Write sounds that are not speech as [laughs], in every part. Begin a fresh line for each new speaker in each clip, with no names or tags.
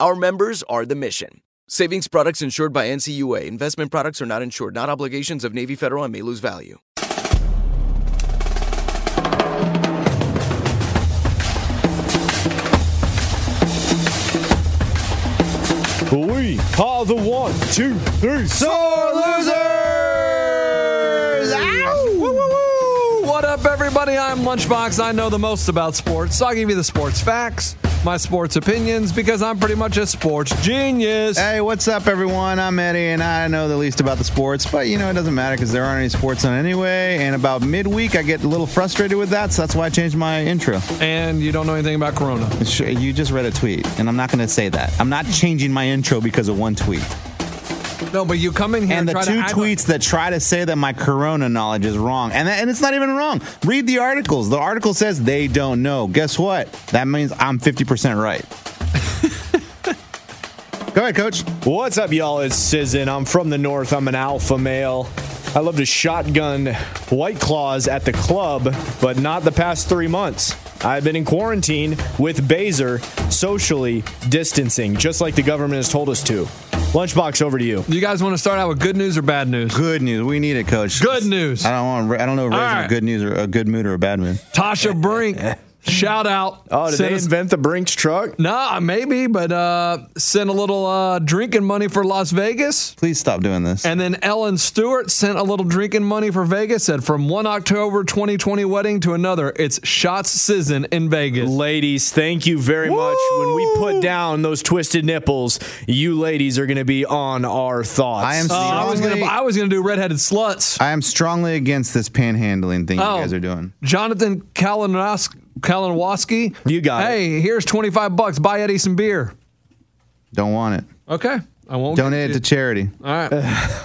Our members are the mission. Savings products insured by NCUA. Investment products are not insured, not obligations of Navy Federal and may lose value.
We are the one, two, three,
Sore losers!
Woo-woo-woo! What up, everybody? I'm Lunchbox. I know the most about sports, so I'll give you the sports facts, my sports opinions, because I'm pretty much a sports genius.
Hey, what's up, everyone? I'm Eddie, and I know the least about the sports, but you know it doesn't matter because there aren't any sports on anyway. And about midweek, I get a little frustrated with that, so that's why I changed my intro.
And you don't know anything about Corona.
Sh- You just read a tweet, and I'm not going to say that. I'm not changing my intro because of one tweet.
No, but you come in here
And
and,
the
try to
two
act
tweets that try to say that my corona knowledge is wrong, and that, and it's not even wrong. Read the articles. The article says they don't know. Guess what? That means I'm 50% right. Go ahead, coach.
What's up, y'all? It's Sizzin. I'm from the north. I'm an alpha male. I love to shotgun White Claws at the club, but not the past three months. I've been in quarantine with Baser, socially distancing, just like the government has told us to. Lunchbox, over to you.
like- you guys want to start out with good news or bad news?
Good news. We need it, coach.
Good news.
I don't want. I don't know. Raising
All right.
a good news or a good mood or a bad mood.
[laughs]
Tasha Brink, shout out.
Oh, did
Sent
they
us-
invent the Brinks truck?
Nah, maybe, but uh, sent a little uh, drinking money for Las Vegas.
Please stop doing this.
And then Ellen Stewart sent a little drinking money for Vegas. Said from one October 2020 wedding to another, it's shots season in Vegas.
Ladies, thank you very much. When we put down those twisted nipples, you ladies are going to be on our thoughts.
I am.
Uh, I was
strongly,
gonna, I was gonna do redheaded sluts.
I am strongly against this panhandling thing
Oh.
you guys are doing.
Jonathan Kalinowski. Kalinowski.
You got
Hey, here's 25 bucks. Buy Eddie some beer.
Don't want it.
Okay. I won't.
Donate it to charity.
All right.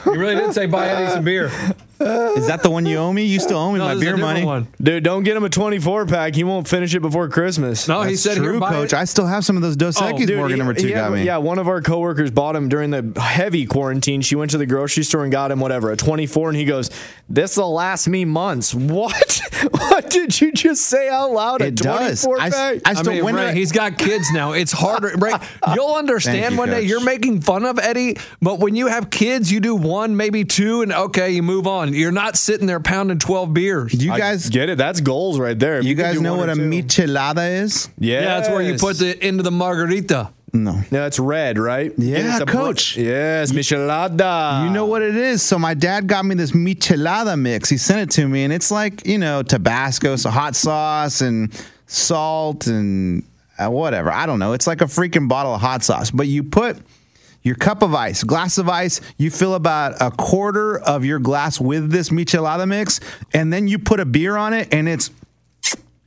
You really did say buy Eddie
[laughs]
some beer.
Is that the one you owe me? You still owe me
[laughs] No,
my
this is a
beer
different
money.
One.
Dude, don't get him a 24 pack. He won't finish it before Christmas.
No, he
That's
said here,
true,
buy
coach.
it. Oh,
I still have some of those Dos Equis
dude,
Morgan
he-
number two
he had-
got me.
Yeah, one of our coworkers bought him during the heavy quarantine. She went to the grocery store and got him whatever, a 24, and he goes, "This'll last me months." [laughs] What? what did you just say out loud? a
It does.
24
I,
pack?
I
I
still
mean,
when
Ray,
I-
he's got kids now.
[laughs]
It's harder. Ray, you'll understand
Thank you,
one day.
Coach.
You're making fun of Eddie, but when you have kids, you do one, maybe two, and okay, you move on. You're not sitting there pounding 12 beers.
you
I
guys,
get it. That's goals right there. If
you
could
guys
do
know
one
what
or
a
two.
michelada is?
Yes.
Yeah, that's where you put the end of the margarita.
No.
No, it's red, right?
Yeah,
And it's a br-
coach.
yes, Michelada.
You know what it is. So my dad got me this michelada mix. He sent it to me, and it's like you know Tabasco, so hot sauce and salt and uh, whatever. I don't know. It's like a freaking bottle of hot sauce. But you put your cup of ice, glass of ice. You fill about a quarter of your glass with this michelada mix, and then you put a beer on it, and it's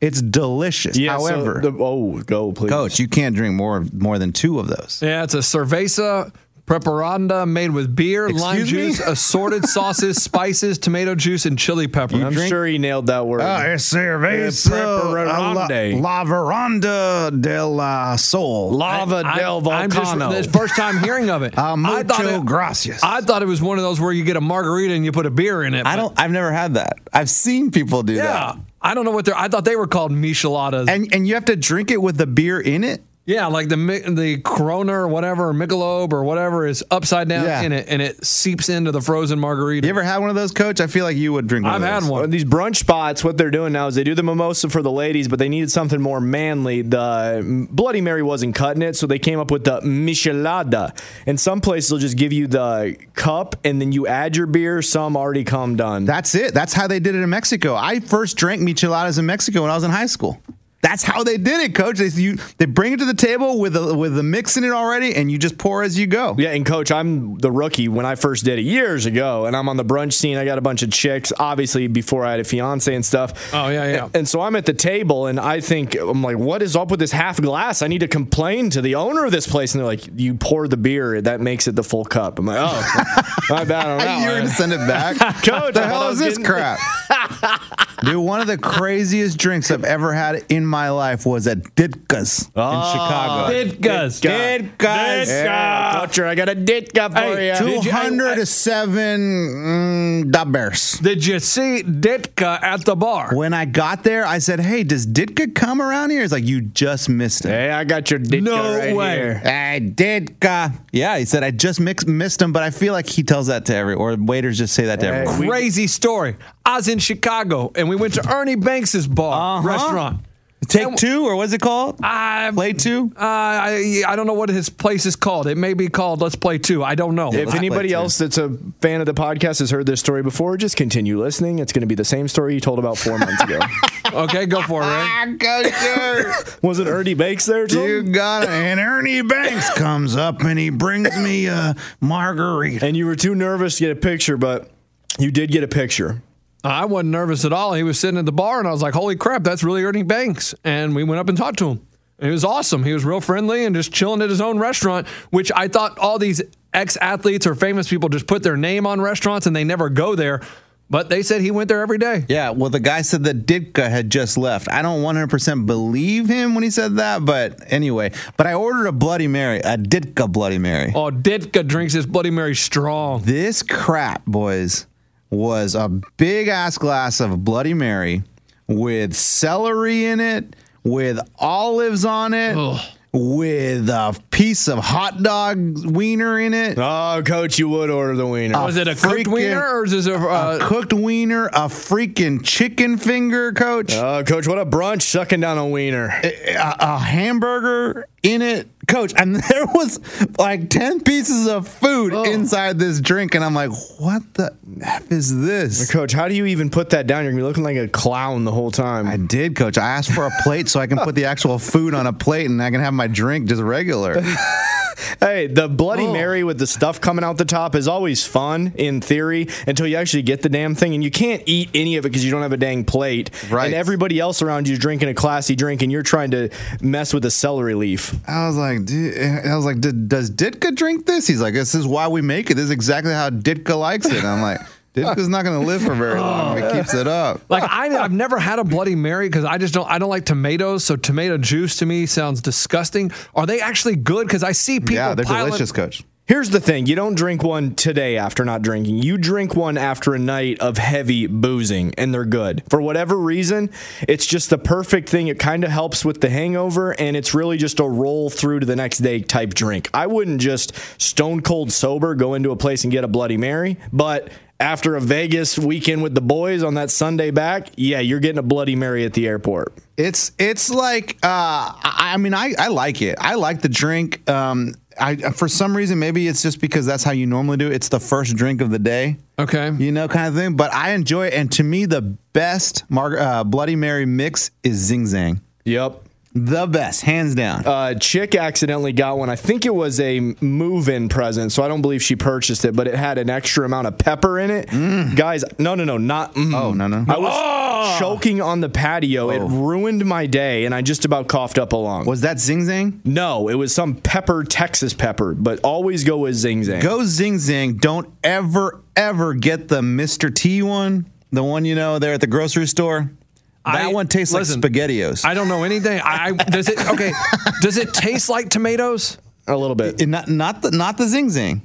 it's delicious.
Yeah, so
However,
the- oh, go please.
coach, you can't drink more more than two of those.
Yeah, it's a cerveza Preparanda made with beer, lime
Excuse me?
juice,
[laughs]
assorted sauces, spices, tomato juice, and chili pepper.
I'm sure he nailed that word.
Ah,
es cerveza
uh,
preparante.
uh, la, la veranda del uh, sol.
Lava
I-
del
I'm just-
Volcano.
this first time hearing of it.
[laughs] Ah,
I thought
mucho
it-
gracias.
I thought it was one of those where you get a margarita and you put a beer in it.
I
but-
don't. I've never had that. I've seen people do
Yeah,
that.
I don't know what they're. I thought they were called micheladas.
And and you have to drink it with the beer in it.
yeah, like the mi- the Corona or whatever, Michelob or whatever is upside down
Yeah.
in it, and it seeps into the frozen margarita.
You ever had one of those, Coach? I feel like you would drink. One
I've
of
had
those.
one.
These brunch spots, what they're doing now is they do the mimosa for the ladies, but they needed something more manly. The mm, Bloody Mary wasn't cutting it, so they came up with the Michelada. And some places will just give you the cup and then you add your beer. Some already come done.
That's it. That's how they did it in Mexico. I first drank micheladas in Mexico when I was in high school. That's how they did it, Coach. They you, they bring it to the table with a, with the mix in it already, and you just pour as you go.
Yeah, and coach, I'm the rookie when I first did it years ago, and I'm on the brunch scene. I got a bunch of chicks, obviously, before I had a fiance and stuff.
Oh, yeah, yeah.
And, and so I'm at the table, and I think I'm like, what is up with this half glass? I need to complain to the owner of this place, and they're like, you pour the beer, that makes it the full cup. I'm like, oh, [laughs] my bad on that
[laughs]
you were
one.
gonna send it
[laughs]
back.
Coach,
the
I thought I
hell is
was
this
getting-
crap?
[laughs]
Dude, one of the craziest drinks I've ever had in my life was at Ditka's
Oh.
in Chicago.
Ditka's.
Ditka. Yeah, Coacher, I got a ditka for
Hey,
you.
did you- I- I-
207 mm, dollars.
Did you see Ditka at the bar?
When I got there, I said, "Hey, does Ditka come around here?" He's like, "You just missed it."
Hey, I got your ditka
No
right
way.
here.
I did. Uh, yeah, he said I just mix, missed him, but I feel like he tells that to every or waiters just say that to everyone.
Crazy story. I was in Chicago and we went to Ernie Banks's bar
Uh-huh.
restaurant.
[laughs] Take two or what's it called?
I
Play two.
Uh, I I don't know what his place is called. It may be called Let's Play Two. I don't know.
If
Black
anybody
Lives
else that's a fan of the podcast has heard this story before, just continue listening. It's going to be the same story you told about four months
[laughs]
ago.
okay, go for it. Ray.
[laughs]
[laughs] Was it Ernie Bakes there?
You
Too?
got it. And Ernie Banks comes up and he brings me a margarita.
And you were too nervous to get a picture, but you did get a picture.
I wasn't nervous at all. He was sitting at the bar and I was like, "Holy crap, that's really Ernie Banks!" And we went up and talked to him. It was awesome. He was real friendly and just chilling at his own restaurant, which I thought all these ex athletes or famous people just put their name on restaurants and they never go there. But they said he went there every day.
Yeah, well, the guy said that Ditka had just left. I don't 100% believe him when he said that, but anyway. But I ordered a Bloody Mary, a Ditka Bloody Mary.
Oh, Ditka drinks his Bloody Mary strong.
This crap, boys, was a big ass glass of Bloody Mary with celery in it, with olives on it, with a piece of hot dog wiener in it.
Oh, coach, you would order the wiener.
Was it a cooked
freaking-
wiener or is it a, uh,
a cooked wiener, a freaking chicken finger, coach,
Oh, coach, what a brunch sucking down a wiener.
a, a hamburger in it, coach. And [laughs] there was like 10 pieces of food
Oh.
inside this drink. And I'm like, what the F is this?
Coach, how do you even put that down? You're gonna be looking like a clown the whole time.
I did, coach. I asked for a plate so I can put the actual food on a plate and I can have my drink just
[laughs]
regular.
Hey, the Bloody Mary with the stuff coming out the top is always fun in theory until you actually get the damn thing and you can't eat any of it because you don't have a dang plate.
Right.
And everybody else around you is drinking a classy drink and you're trying to mess with a celery leaf.
I was like, dude, I was like, "Did- does Ditka drink this? He's like, this is why we make it. This is exactly how Ditka likes it. And I'm
[laughs]
like, Ditka's not going to live for very long if he keeps it up.
Oh. Like I, I've never had a Bloody Mary because I just don't. I don't like tomatoes, so tomato juice to me sounds disgusting. Are they actually good? Because I see people.
Yeah, they're
piling-
delicious, coach.
Here's the thing you don't drink one today after not drinking. You drink one after a night of heavy boozing, and they're good. For whatever reason, it's just the perfect thing. It kind of helps with the hangover, and it's really just a roll through to the next day type drink. I wouldn't just stone cold sober go into a place and get a Bloody Mary, but. After a Vegas weekend with the boys on that Sunday back, yeah, you're getting a Bloody Mary at the airport.
It's it's like uh, I, I mean I, I like it. I like the drink. Um, I for some reason maybe it's just because that's how you normally do. it. It's the first drink of the day,
Okay.
you know, kind of thing. But I enjoy it, and to me the best Mar- uh, Bloody Mary mix is Zing Zang.
Yep.
The best, hands down.
Uh,
a chick accidentally got one. I think it was a move-in present, so I don't believe she purchased it, but it had an extra amount of pepper in it. Guys, no, no, no, not. mm.
Mm. Oh, no, no.
I was
Oh!
choking on the patio. It ruined my day, and I just about coughed up a lung.
Was that Zing Zing?
No, it was some pepper, Texas pepper, but always go with Zing Zang.
Go Zing Zing. Don't ever, ever get the Mr. T one, the one you know there at the grocery store. That
I-
one tastes
listen,
like SpaghettiOs.
I don't know anything. I, I does it okay? Does it taste like tomatoes?
a little bit.
And not not the not the Zing Zing.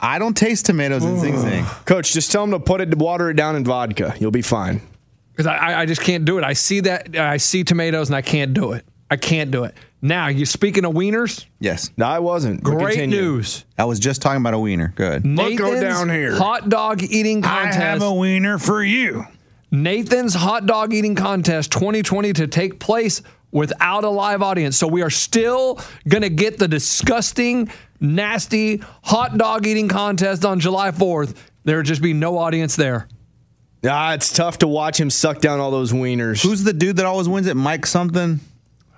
I don't taste tomatoes in Zing Zing.
Coach, just tell him to put it, water it down in vodka. You'll be fine.
Because I, I- I just can't do it. I see that I see tomatoes and I can't do it. I can't do it. Now you speaking of wieners,
Yes,
No, I wasn't. but
great
continue.
news.
I was just talking about a wiener. Good.
Look, go
Nathan's
down here.
Hot dog eating contest.
wiener for you.
Nathan's Hot Dog Eating Contest 2020 to take place without a live audience. So we are still going to get the disgusting, nasty hot dog eating contest on July 4th. There'll just be no audience there.
Ah, it's tough to watch him suck down all those wieners.
Who's the dude that always wins it? Mike something.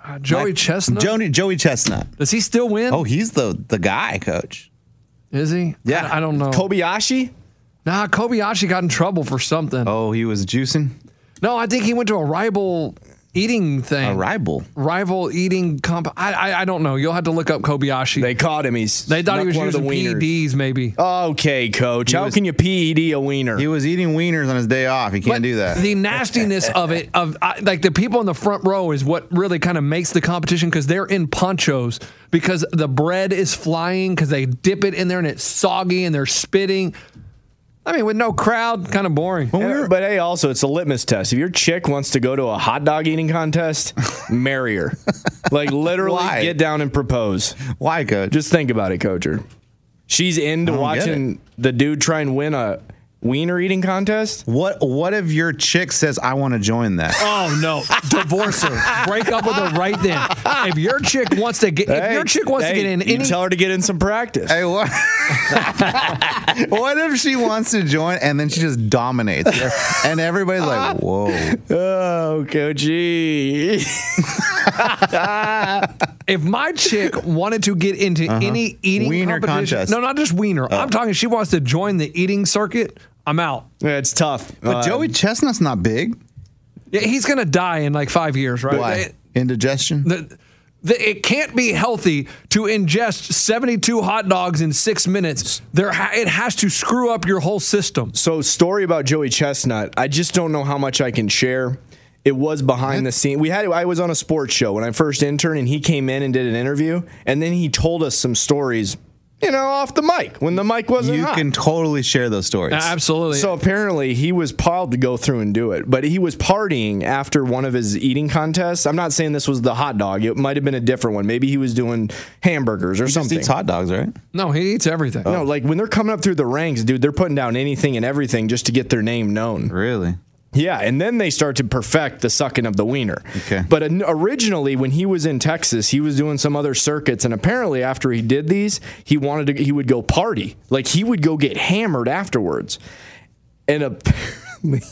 Uh, Joey Chestnut.
Joni, Joey Chestnut.
Does he still win?
Oh, he's the the guy, coach.
Is he?
Yeah.
I, I don't know.
Kobayashi?
nah, Kobayashi got in trouble for something.
Oh, he was juicing
No, I think he went to a rival eating thing.
a rival.
rival eating comp. I, I I don't know. You'll have to look up Kobayashi.
They caught him. He's
They thought he was
one of the
using E
wieners.
PEDs,
Oh,
maybe.
Okay, coach. How
was-
can you PED a wiener?
He was eating wieners on his day off. He can't
But
do that.
The nastiness of it, of I, like the people in the front row, is what really kind of makes the competition because they're in ponchos because the bread is flying because they dip it in there and it's soggy and they're spitting. I mean, with no crowd, kind of boring.
Yeah, but hey, also it's a litmus test. If your chick wants to go to a hot dog eating
[laughs]
contest, marry her. Like literally,
Why?
get down and propose.
Why, coach?
Just think about it, Coacher. She's into
I don't get
watching the dude try and win a wiener eating contest.
What What if your chick says, "I want to join that"?
Oh no! Divorce her. Break up with her right then. If your chick wants to get, if your
Hey,
chick wants to
hey,
get in
you
any,
tell her to get in some practice.
[laughs] Hey, what? [laughs] what if she wants to join and then she just dominates, and everybody's [laughs] like, "Whoa!"
Oh, [laughs] Coachy.
if my chick wanted to get into
Uh-huh.
any eating
Wiener
competition,
contest.
no, not just wiener.
Oh.
I'm talking. She wants to join the eating circuit. I'm out.
Yeah, it's tough.
But
Uh,
Joey Chestnut's not big.
Yeah, he's gonna die in like five years, right?
Why? Indigestion.
They- the- the- it can't be healthy to ingest 72 hot dogs in six minutes. There, ha- it has to screw up your whole system.
So, story about Joey Chestnut. I just don't know how much I can share. It was behind the scene. We had. I was on a sports show when I first interned, and he came in and did an interview, and then he told us some stories. You know, off the mic when the mic wasn't
you
hot.
can totally share those stories.
Absolutely.
So
So
apparently he was piled to go through and do it, but he was partying after one of his eating contests. I'm not saying this was the hot dog; it might have been a different one. Maybe he was doing hamburgers or
Just
something.
eats hot dogs, right?
no, he eats everything.
No, like when they're coming up through the ranks, dude, they're putting down anything and everything just to get their name known.
Really?
Yeah, and then they start to perfect the sucking of the wiener.
Okay.
But an- originally, when he was in Texas, he was doing some other circuits, and apparently, after he did these, he wanted to. He would go party, like he would go get hammered afterwards, and apparently,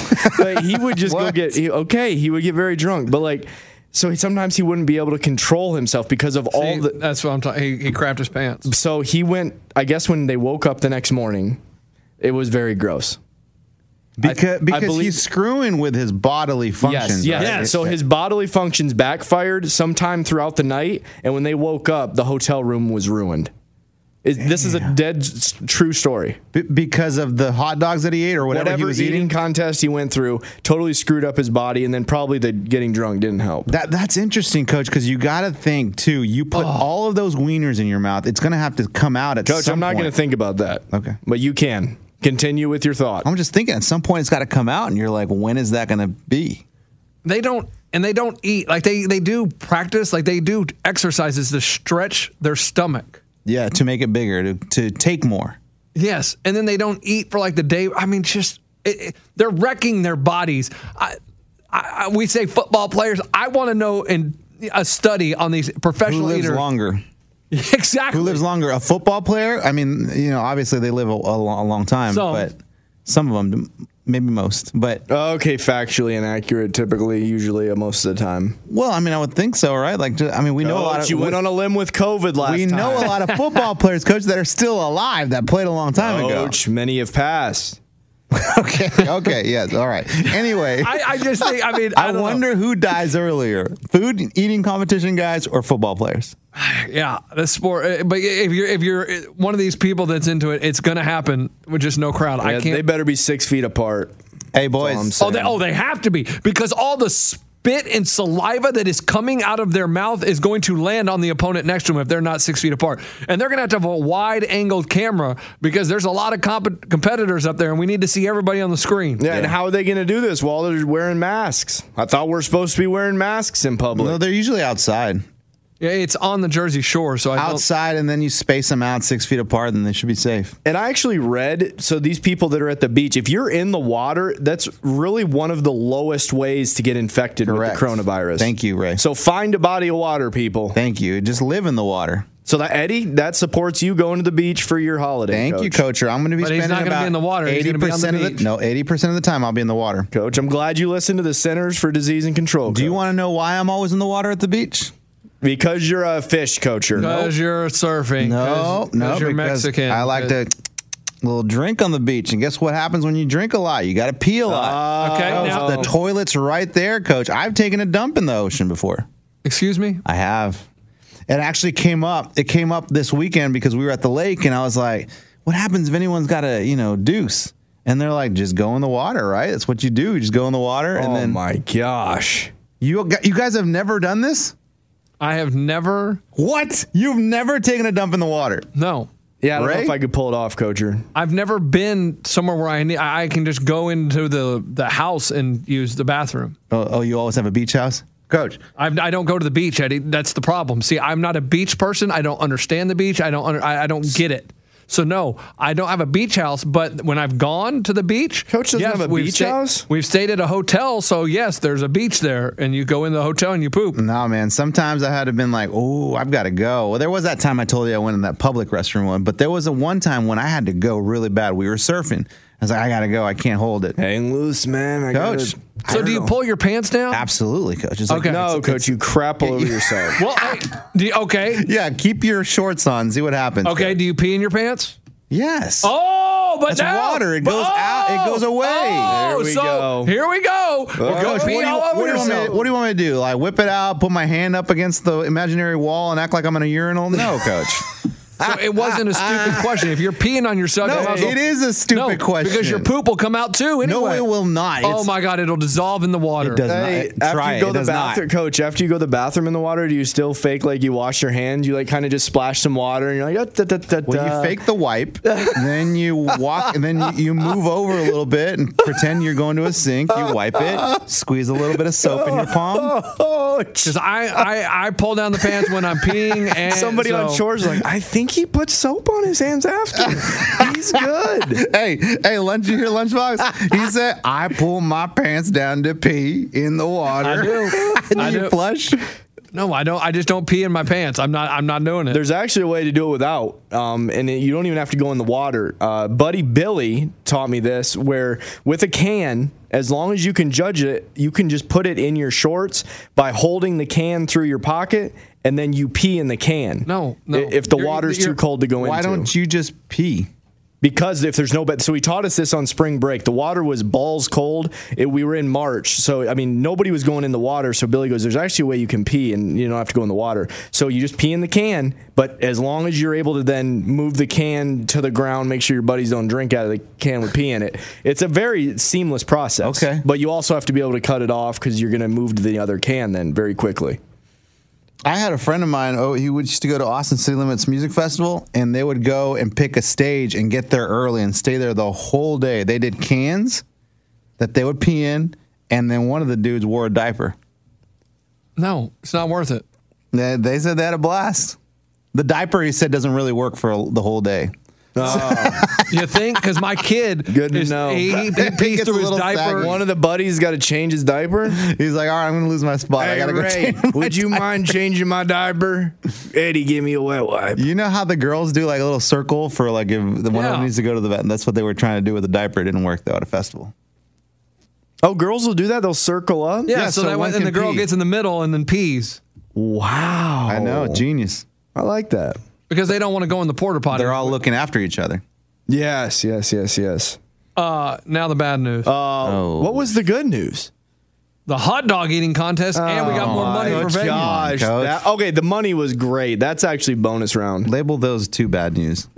[laughs] like, he would just go
What?
get he- okay. He would get very drunk, but like, so he, sometimes he wouldn't be able to control himself because of all
He-
the
that's what I'm talking. He, he crapped his pants.
so he went. I guess when they woke up the next morning, it was very gross.
Because
I
because
believe-
he's screwing with his bodily functions.
Yes, yes.
right?
So his bodily functions backfired sometime throughout the night, and when they woke up, the hotel room was ruined. Is this is a dead s- true story.
B- because of the hot dogs that he ate or whatever,
Whatever
he was eating.
contest he went through totally screwed up his body, and then probably the getting drunk didn't help.
That that's interesting, Coach, because you got to think too. You put all of those wieners in your mouth; it's gonna have to come out at
Coach,
some
I'm not going to
point.
think about that.
Okay.
but you can continue with your thought.
I'm just thinking at some point it's got to come out, and you're like, when is that gonna be?
they don't and they don't eat like they they do practice like they do exercises to stretch their stomach
Yeah, to make it bigger, to to take more.
yes and then they don't eat for like the day i mean just it, it- they're wrecking their bodies I, I, I we say football players i want to know in a study on these
Who
professional
lives
eaters
longer?
[laughs] exactly
Who lives longer? A football player? I mean, you know, obviously they live a, a, lo- a long time,
Some.
but some of them, maybe most, but
Okay, factually inaccurate. Typically, usually, uh, most of the time.
well, I mean, I would think so, right? Like, ju- I mean, we know a
Oh,
lot
but
of
you went on a limb with COVID last
we
time.
know a lot of
[laughs]
football players, coach, that are still alive that played a long time
Coach, many have passed.
ago. Okay, okay, yes, all right. Anyway,
[laughs] I, I just think. I
[laughs]
mean, I,
I
don't know.
wonder who dies earlier: food eating competition guys or football players.
Yeah, the sport. uh, But if you're if you're uh, one of these people that's into it, it's gonna happen with just no crowd. I
Yeah,
can't.
They better be six feet apart.
Hey,
I'm
boys.
saying.
Oh, they, oh, they have to be because all the spit and saliva that is coming out of their mouth is going to land on the opponent next to them if they're not six feet apart, and they're going to have to have a wide-angled camera because there's a lot of comp- competitors up there, and we need to see everybody on the screen.
Yeah, and how are they going to do this while they're wearing masks? I thought we are supposed to be wearing masks in public.
No, they're usually outside.
Yeah, it's on the Jersey Shore, so I don't.
Outside, and then you space them out six feet apart, and they should be safe.
And I actually read so these people that are at the beach, if you're in the water, that's really one of the lowest ways to get infected
Correct.
with the coronavirus.
Thank you, Ray.
So find a body of water, people.
Thank you. Just live in the water.
So that Eddie, that supports you going to the beach for your holiday.
Thank you, coach. I'm going to be
But he's
spending
not gonna be
about
in the water. He's
Eighty
gonna be on the
percent of
beach.
the no, eighty percent of the time I'll be in the water.
Coach, I'm glad you listened to the Centers for Disease and Control.
Do you
Coach.
want to know why I'm always in the water at the beach?
because you're a fish coacher?
Because you're surfing.
No,
'cause-
no,
'cause you're
because
Mexican.
I like to little drink on the beach, and guess what happens when you drink a lot? You got to pee a lot.
Okay,
Oh,
now-
the toilet's right there, coach. I've taken a dump in the ocean before.
Excuse me.
I have. It actually came up. It came up this weekend because we were at the lake, and I was like, "What happens if anyone's got a you know deuce?" And they're like, "Just go in the water, right? That's what you do. You just go in the water, and
oh
then
my gosh.
you gu- you guys have never done this.
I have never.
What? You've never taken a dump in the water?
No.
Yeah, I don't know
Ray?
if I could pull it off, coacher.
I've never been somewhere where I need, I I can just go into the, the house and use the bathroom.
Oh, oh, you always have a beach house, coach.
I've, I don't go to the beach, Eddie. That's the problem. See, I'm not a beach person. I don't understand the beach. I don't. Under, I, I don't get it. So no, I don't have a beach house. But when I've gone to the beach,
Coach doesn't have a
we've
beach
sta-
house?
We've stayed at a hotel, so yes, there's a beach there, and you go in the hotel and you poop.
No, man. Sometimes I had to been like, oh, I've got to go. Well, there was that time I told you I went in that public restroom one, but there was a one time when I had to go really bad. We were surfing. I was like, I got to go. I can't hold it.
Hang loose, man. I
Coach.
gotta-
I
So
don't
do you
know.
pull your pants down?
Absolutely, coach. It's
Okay.
Like,
No, coach, you crap all over yourself.
[laughs] Well, I, do you, okay,
Yeah, keep your shorts on. See what happens.
okay. Do you pee in your pants?
Yes.
Oh, but
That's
now-
water. It
but-
goes out- it goes away.
Oh,
There we
so
go.
Here we go. We're
Coach,
going
what, do
pee
you,
all
what
over
do you want me,
yourself.
what do you want me to do? Like whip it out, put my hand up against the imaginary wall, and act like I'm in a urinal? No,
[laughs]
coach.
So it wasn't
[laughs]
a stupid question. If you're peeing on yourself,
No,
you might as well-
it is a stupid
No,
question.
because your poop will come out too. Anyway.
No, it will not.
Oh
It's-
my god, it'll dissolve in the water.
It does
Hey,
not.
after
Try
you
it.
go
It
to the
does not.
bathroom, coach, after you go to the bathroom in the water, do you still fake like you wash your hand? You like kind of just splash some water and you're like, "Ah, da, da, da,
Well,
da."
you fake the wipe, [laughs] then you walk, and then you, you move over a little bit and pretend you're going to a sink. You wipe it, squeeze a little bit of soap in your palm.
[laughs] Oh,
Because I, I I pull down the pants when I'm
[laughs]
peeing and
[laughs] somebody
so,
on shore's like, I think he put soap on his hands
[laughs]
after. He's good.
Hey, hey, lunch! You hear lunchbox? He said, "I pull my pants down to pee in the water." [laughs]
I do.
And
I
you
do.
flush.
No, I don't. I just don't pee in my pants. I'm not. I'm not doing it.
There's actually a way to do it without, um, and it- you don't even have to go in the water. Uh, Buddy Billy taught me this, where with a can, as long as you can judge it, you can just put it in your shorts by holding the can through your pocket, and then you pee in the can.
No, no.
I- If the
You're-
water's
you're-
too cold to go
Why
into,
don't you just pee?
because if there's no bed, so he taught us this on spring break. The water was balls cold. It, we were in March, so I mean nobody was going in the water. So Billy goes, "There's actually a way you can pee, and you don't have to go in the water. So you just pee in the can, but as long as you're able to then move the can to the ground, make sure your buddies don't drink out of the can with pee in it. It's a very seamless process.
Okay.
but you also have to be able to cut it off because you're going to move to the other can then very quickly.
I had a friend of mine. Oh, he would used to go to Austin City Limits Music Festival, and they would go and pick a stage and get there early and stay there the whole day. They did cans that they would pee in, and then one of the dudes wore a diaper.
no, it's not worth it.
They, they said they had a blast. The diaper, he said, doesn't really work for the whole day.
You think? Because my
[laughs]
kid
Good to
is
know.
he, he pees
gets a
through his
little
diaper.
saggy.
One of the buddies got to change his diaper.
He's like, all right, I'm going to lose my spot. I
Hey,
got to go.
Ray,
change my
would you mind changing my diaper? Eddie, give me a wet wipe.
You know how the girls do like a little circle for like if the one of
Yeah.
them needs to go to the vet, and that's what they were trying to do with the diaper. It didn't work though at a festival.
Oh, girls will do that. They'll circle up.
Yeah,
Yeah,
so,
so
that
one
way, and the
can
girl
pee.
gets in the middle and then pees
Wow.
I know,
Oh.
genius.
I like that.
because they don't want to go in the porta potty.
They're all looking after each other.
Yes, yes, yes, yes.
uh, now the bad news:
oh,
What was the good news?
the hot dog eating contest, and we got
Oh
more money for Vegas.
gosh.
Coach.
that- okay, the money was great. That's actually bonus round.
label those two bad news?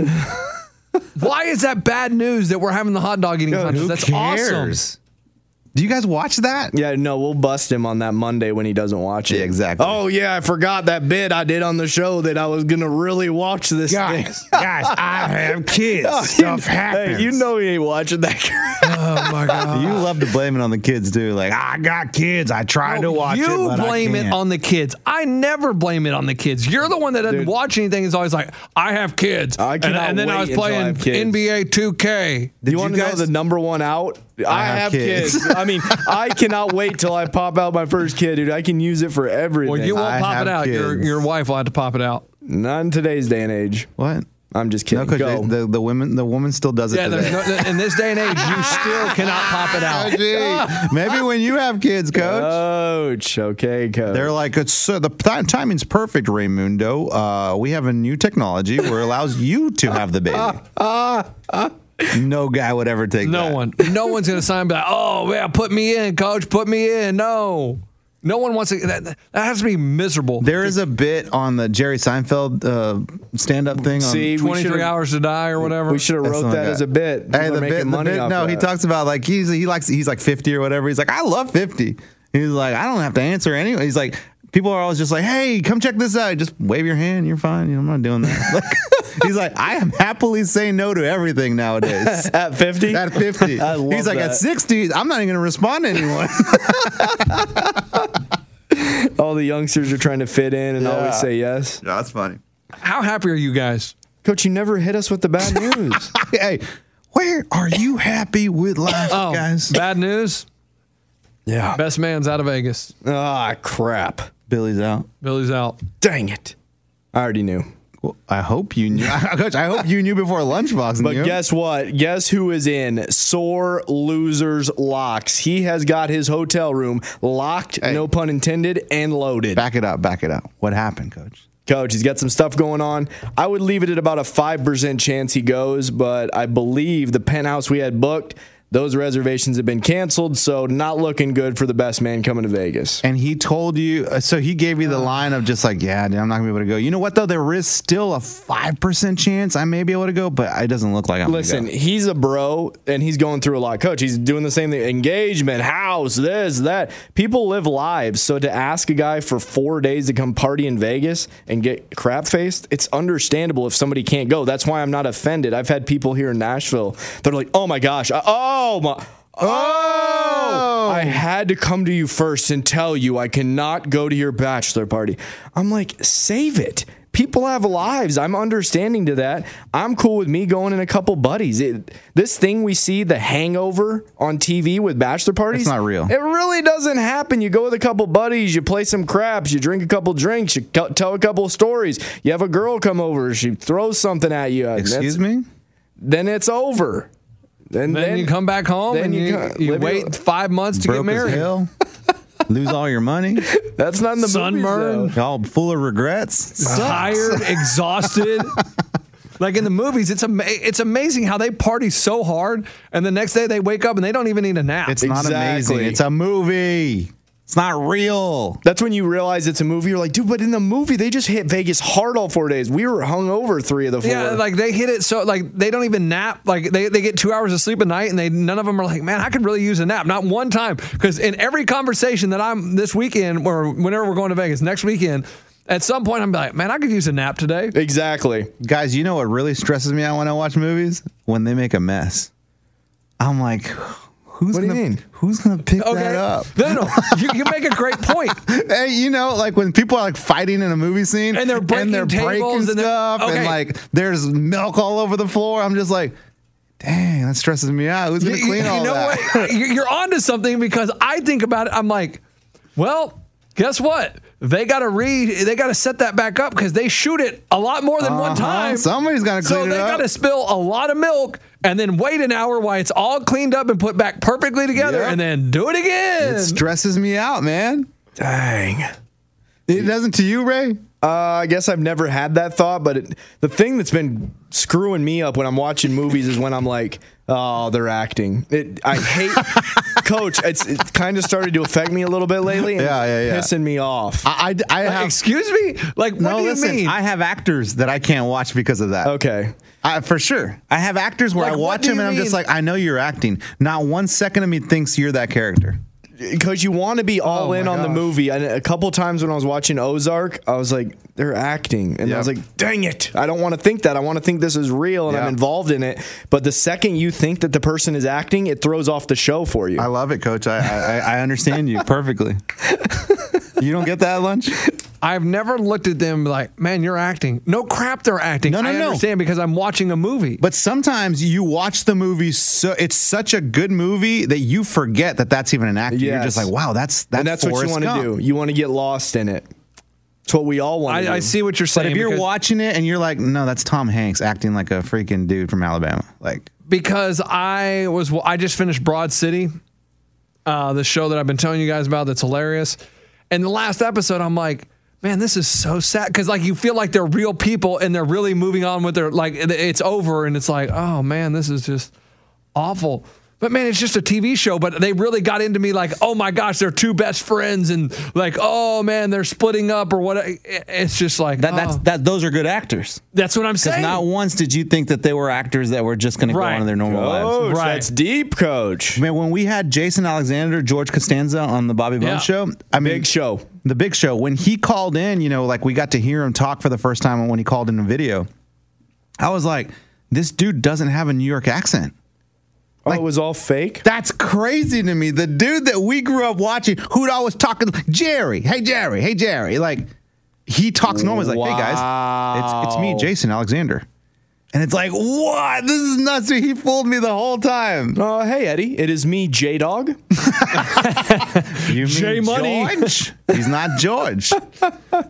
Why is that bad news that we're having the hot dog eating contest?
who
That's awesome.
Do you guys watch that?
Yeah, no, we'll bust him on that Monday when he doesn't watch it.
Yeah, exactly.
Oh yeah, I forgot that bit I did on the show that I was gonna really watch this thing. [laughs]
[laughs] guys, I have [laughs] kids. Stuff
Hey, you know he ain't watching that.
Oh my god!
You love to blame it on the kids too. Like "Ah, I got kids. [laughs] I tried to watch it.
you
but I
blame it
can't."
on the kids. I never blame it on the kids. You're the one that doesn't watch anything. Is always like, I have kids.
I
And-
cannot
and, then
wait
I was
until I
playing
have kids.
NBA 2K.
you want to
guys-
know the number one out? I,
have kids.
I mean, I cannot wait till I pop out my first kid, dude. I can use it for everything.
Well, you won't
I
pop
have
it out. Your
kids.
your wife will have to pop it out.
Not in today's day and age.
what?
I'm just
No,
kidding.
coach.
Go.
The, the women, the woman still does it.
Yeah, there's
today. [laughs]
no, in this day and age, you still cannot pop it out.
Coach, [laughs] Maybe when you have kids, coach.
Coach, okay, coach.
They're like, it's so the ti- timing's perfect, Raymundo. Uh, we have a new technology where it allows you to have the baby.
[laughs]
no guy would ever take
No
that.
one. No one's going to sign back. Oh, man, put me in, coach. Put me in. No. No one wants to. That, that has to be miserable.
There is a bit on the Jerry Seinfeld uh, stand-up thing.
See,
on,
we
23
should've-
hours to die or whatever.
We should have
That's
wrote
the one
that
guy.
as a bit.
Hey,
People
the
are making
bit, the
money
bit
off
no, he
that.
talks about like he's he likes he's like fifty or whatever. He's like, I love fifty. He's like, I don't have to answer anyway. He's like, people are always just like, hey, come check this out. Just wave your hand. You're fine. You know, I'm not doing that. [laughs] Like, he's like, I am happily saying no to everything nowadays.
[laughs] at [laughs] fifty.
At 50.
[laughs] I love
He's like,
that.
at 60, I'm not even going to respond to
[laughs]
anyone.
All the youngsters are trying to fit in and always
Yeah.
say yes.
That's
[laughs]
funny.
How happy are you guys?
Coach, you never hit us with the bad news.
[laughs] Hey, where are you happy with life,
Oh,
guys?
bad news.
yeah.
Best man's out of Vegas.
Ah, crap.
Billy's out.
Billy's out.
Dang it. I already knew.
Well, I hope you knew. [laughs] Coach, I hope you knew before lunchbox.
But
knew.
guess what? Guess who is in sore losers locks? He has got his hotel room locked, no pun intended, and loaded.
Back it up. Back it up. What happened, coach?
Coach, he's got some stuff going on. I would leave it at about a 5% chance he goes, but I believe the penthouse we had booked, those reservations have been canceled, so not looking good for the best man coming to Vegas.
And he told you, uh, so he gave you the line of just like, yeah, dude, I'm not gonna be able to go. You know what though? There is still a five percent chance I may be able to go, but it doesn't look like I'm. gonna
Listen,
go.
he's a bro and he's going through a lot. Coach, he's doing the same thing engagement, house, this, that. People live lives. So to ask a guy for four days to come party in Vegas and get crap faced, it's understandable if somebody can't go. That's why I'm not offended. I've had people here in Nashville that are like, oh my gosh, I- oh my. Oh, I had to come to you first and tell you I cannot go to your bachelor party. I'm like, save it. People have lives. I'm understanding to that. I'm cool with me going in a couple buddies. It, this thing we see, the hangover on TV with bachelor parties,
not real.
It really doesn't happen. You go with a couple buddies, you play some craps, you drink a couple drinks, you co- tell a couple stories. You have a girl come over, she throws something at you. and
excuse
that's-
me.
Then it's over. Then,
Then, you come back home
then
and
you
you,
come-
you
live your-
wait five months to get
Broke as
married.
hell. Lose all your money.
That's not in the movies,
Sunburn.
though.
All full of regrets.
Tired,
[laughs]
exhausted. Like in the movies, it's ama- it's amazing how they party so hard, and the next day they wake up and they don't even need a nap.
It's not amazing.
Exactly.
It's a movie. It's not real.
That's when you realize it's a movie. You're like, dude, but in the movie, they just hit Vegas hard all four days. We were hung over three of the four.
yeah, like they hit it so like they don't even nap. Like they, they get two hours of sleep a night, and they none of them are like, man, I could really use a nap. Not one time, because in every conversation that I'm this weekend or whenever we're going to Vegas next weekend, at some point I'm like, man, I could use a nap today.
exactly.
Guys, you know what really stresses me out when I watch movies? When they make a mess. I'm like, who's
What do you
gonna
mean?
who's gonna pick that up?
No, no, no. you, you make a great point.
[laughs] Hey, you know, like when people are like fighting in a movie scene
And they're breaking tables and they're-
stuff, and
okay.
like there's milk all over the floor. I'm just like, dang, that stresses me out. Who's gonna
You- you-
clean
you
all
know
that?
what? You- You're onto something because I think about it. I'm like, well, Guess what? They got to read. They got to set that back up because they shoot it a lot more than one
Uh-huh.
time.
Somebody's gotta
So
clean it
they
up.
got to spill a lot of milk and then wait an hour while it's all cleaned up and put back perfectly together,
Yep.
and then do it again.
[laughs] It stresses me out, man.
Dang.
It doesn't to you, Ray.
Uh, I guess I've never had that thought, but it, the thing that's been screwing me up when I'm watching movies is when I'm like, oh, they're acting. It, I hate [laughs] Coach. It's it kind of started to affect me a little bit lately. And
Yeah, yeah, yeah.
it's Pissing me off.
I, I, I
Like,
have.
Uh, excuse me. Like, what
no,
do you
listen.
mean?
I have actors that I can't watch because of that.
okay.
I, for sure. I have actors where
Like,
I
what
watch
do
them
you
and I'm just
mean?
like, I know you're acting. Not one second of me thinks you're that character.
Because you want to be
Oh
all in on the movie. And a couple times when I was watching Ozark, I was like, they're acting. And I was
Yep.
like, dang it. I don't want to think that. I want to think this is real and I'm
Yeah.
involved in it. But the second you think that the person is acting, it throws off the show for you.
I love it, Coach. I I, I- I understand you perfectly. you don't get that at lunch?
I've never looked at them like, man, you're acting. No crap, they're acting.
No, no,
I
no.
understand because I'm watching a movie.
But sometimes you watch the movie, so it's such a good movie that you forget that that's even an actor. You're just
Yes.
like, wow, that's that's,
and that's what you
Forrest
want to
Gump.
do. You want to get lost in it. It's what we all want.
I, I see what you're
But
saying.
if you're
because-
watching it and you're like, no, that's Tom Hanks acting like a freaking dude from Alabama. Like,
because I was well, I just finished Broad City, uh, the show that I've been telling you guys about that's hilarious. And the last episode, I'm like, man, this is so sad because like you feel like they're real people and they're really moving on with their like it- it's over and it's like, oh man, this is just awful. But man, it's just a TV show. But they really got into me like, oh my gosh, they're two best friends and like, oh man, they're splitting up or what? it- It's just like
That, that's
oh.
that. Those are good actors.
that's what I'm
Because
saying.
not once did you think that they were actors that were just going to
Right.
go on in their normal lives.
Coach,
Right.
That's deep, coach.
man, when we had Jason Alexander, George Costanza on the Bobby Bones
Yeah.
show, I mean,
Big show.
the big show when he called in you know like we got to hear him talk for the first time when he called in a video i was like this dude doesn't have a new york accent
Oh, it was all fake.
that's crazy to me the dude that we grew up watching who'd always talking jerry hey jerry hey jerry like he talks normal he's like hey guys it's, it's me jason alexander and it's like what this is nuts dude. he fooled me the whole time
Oh, hey Eddie, it is me, J Dog.
you mean
Jay Money.
george he's not george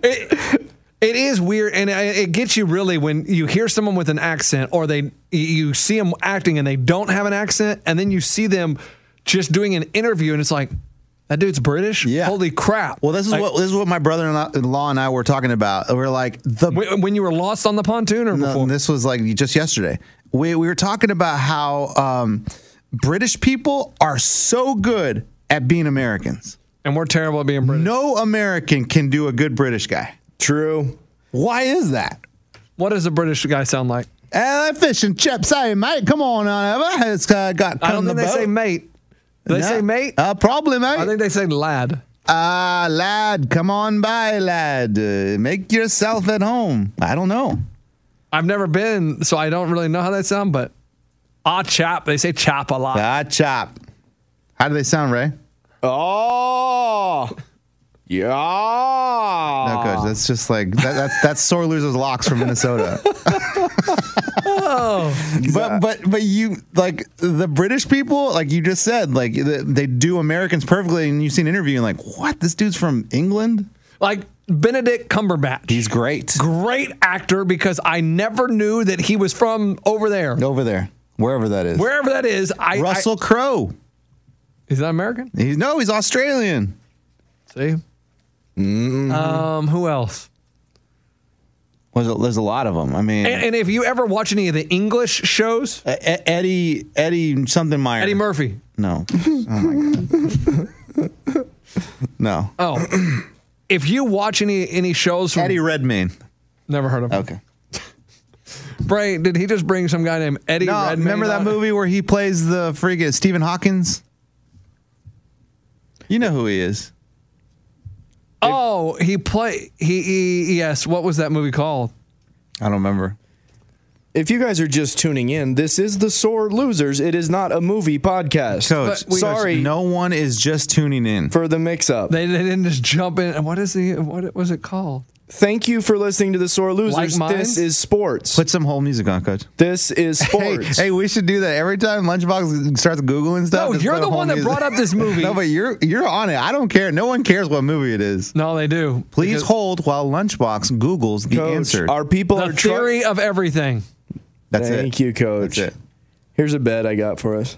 it, it is weird, and it it gets you really when you hear someone with an accent, or they you see them acting and they don't have an accent, and then you see them just doing an interview, and it's like that dude's British.
Yeah.
holy crap.
[laughs] Well, this is
Like,
what this is what my brother-in-law and I were talking about. We are like the
when, when you were lost on the pontoon or
no,
before.
this was like just yesterday. We we were talking about how um, British people are so good at being Americans.
and we're terrible at being British.
No American can do a good British guy.
True.
Why is that?
What does a British guy sound like?
Uh, fish and chips, hey mate, come on on over. It's uh, got come
I don't
the
think they
boat.
say mate. Do they
No.
say mate?
Uh, probably mate.
I think they say lad.
Ah, lad, come on by, lad. Uh, make yourself at home. I don't know.
I've never been, so I don't really know how they sound. But ah, chap. They say chap a lot.
Ah, chop. How do they sound, Ray?
[laughs] Oh,
No,
yeah.
coach. That's just like that, that's that's sore losers locks from
[laughs]
Minnesota.
Oh.
but but but you like the British people, like you just said, like the, they do Americans perfectly, and you see an interview and like, what? This dude's from England.
Like Benedict Cumberbatch.
He's great
great actor because I never knew that he was from over there.
over there, wherever that is.
Wherever that is, I I-
Russell Crowe.
is that American?
He's no, he's Australian.
See,
Mm-hmm.
um, who else?
Was a, there's a lot of them. I mean,
And, and if you ever watch any of the English shows,
E- E- Eddie Eddie something Meyer.
Eddie Murphy.
[laughs]
No. Oh my god.
No,
[laughs]
Oh,
[clears throat]
if you watch any any shows from
Eddie Redmayne.
never heard of him.
Okay.
Bray, did he just bring some guy named Eddie?
No,
Redmayne
remember that
on?
movie where he plays the freaking Stephen Hawkins? You know who he is.
Oh, he play he, he yes. What was that movie called?
I don't remember.
If you guys are just tuning in, this is the Sore Losers. It is not a movie podcast.
Coach,
we-
sorry
no one is just tuning in.
for the mix-up.
They, they didn't just jump in. What is he? What was it called?
Thank you for listening to the Sore Losers.
Like
this
minds?
is sports.
Put some whole music on, coach.
This is
Hey,
sports.
hey, we should do that every time Lunchbox starts googling stuff.
No,
just
you're
put
the
whole
one that
music.
brought up this
[laughs]
movie.
no, but you're you're on it. I don't care. No one cares what movie it is.
No, they do.
Please
Because
hold while Lunchbox Googles the
Coach,
answer.
Our people
the
are try-
theory of everything.
That's
Thank
it.
you, coach.
That's it.
Here's a bet I got for us.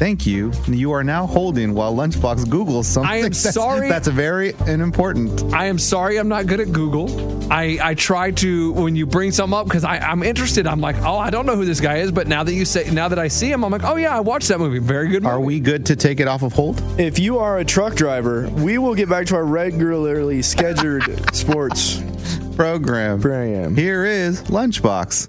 Thank you. You are now holding while Lunchbox Googles something.
I am
that's,
sorry.
That's very important.
I am sorry I'm not good at Google. I, I try to when you bring something up because I'm interested. I'm like, oh, I don't know who this guy is, but now that you say, now that I see him, I'm like, oh yeah, I watched that movie. Very good. Movie.
Are we good to take it off of hold?
If you are a truck driver, we will get back to our regularly [laughs] scheduled sports
Program.
program.
Here is Lunchbox.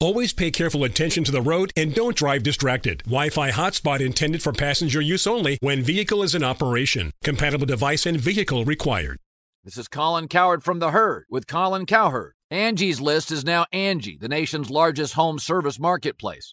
Always pay careful attention to the road and don't drive distracted. Wi Fi hotspot intended for passenger use only when vehicle is in operation. Compatible device and vehicle required.
This is Colin Cowherd from The Herd with Colin Cowherd. Angie's List is now Angie, the nation's largest home service marketplace.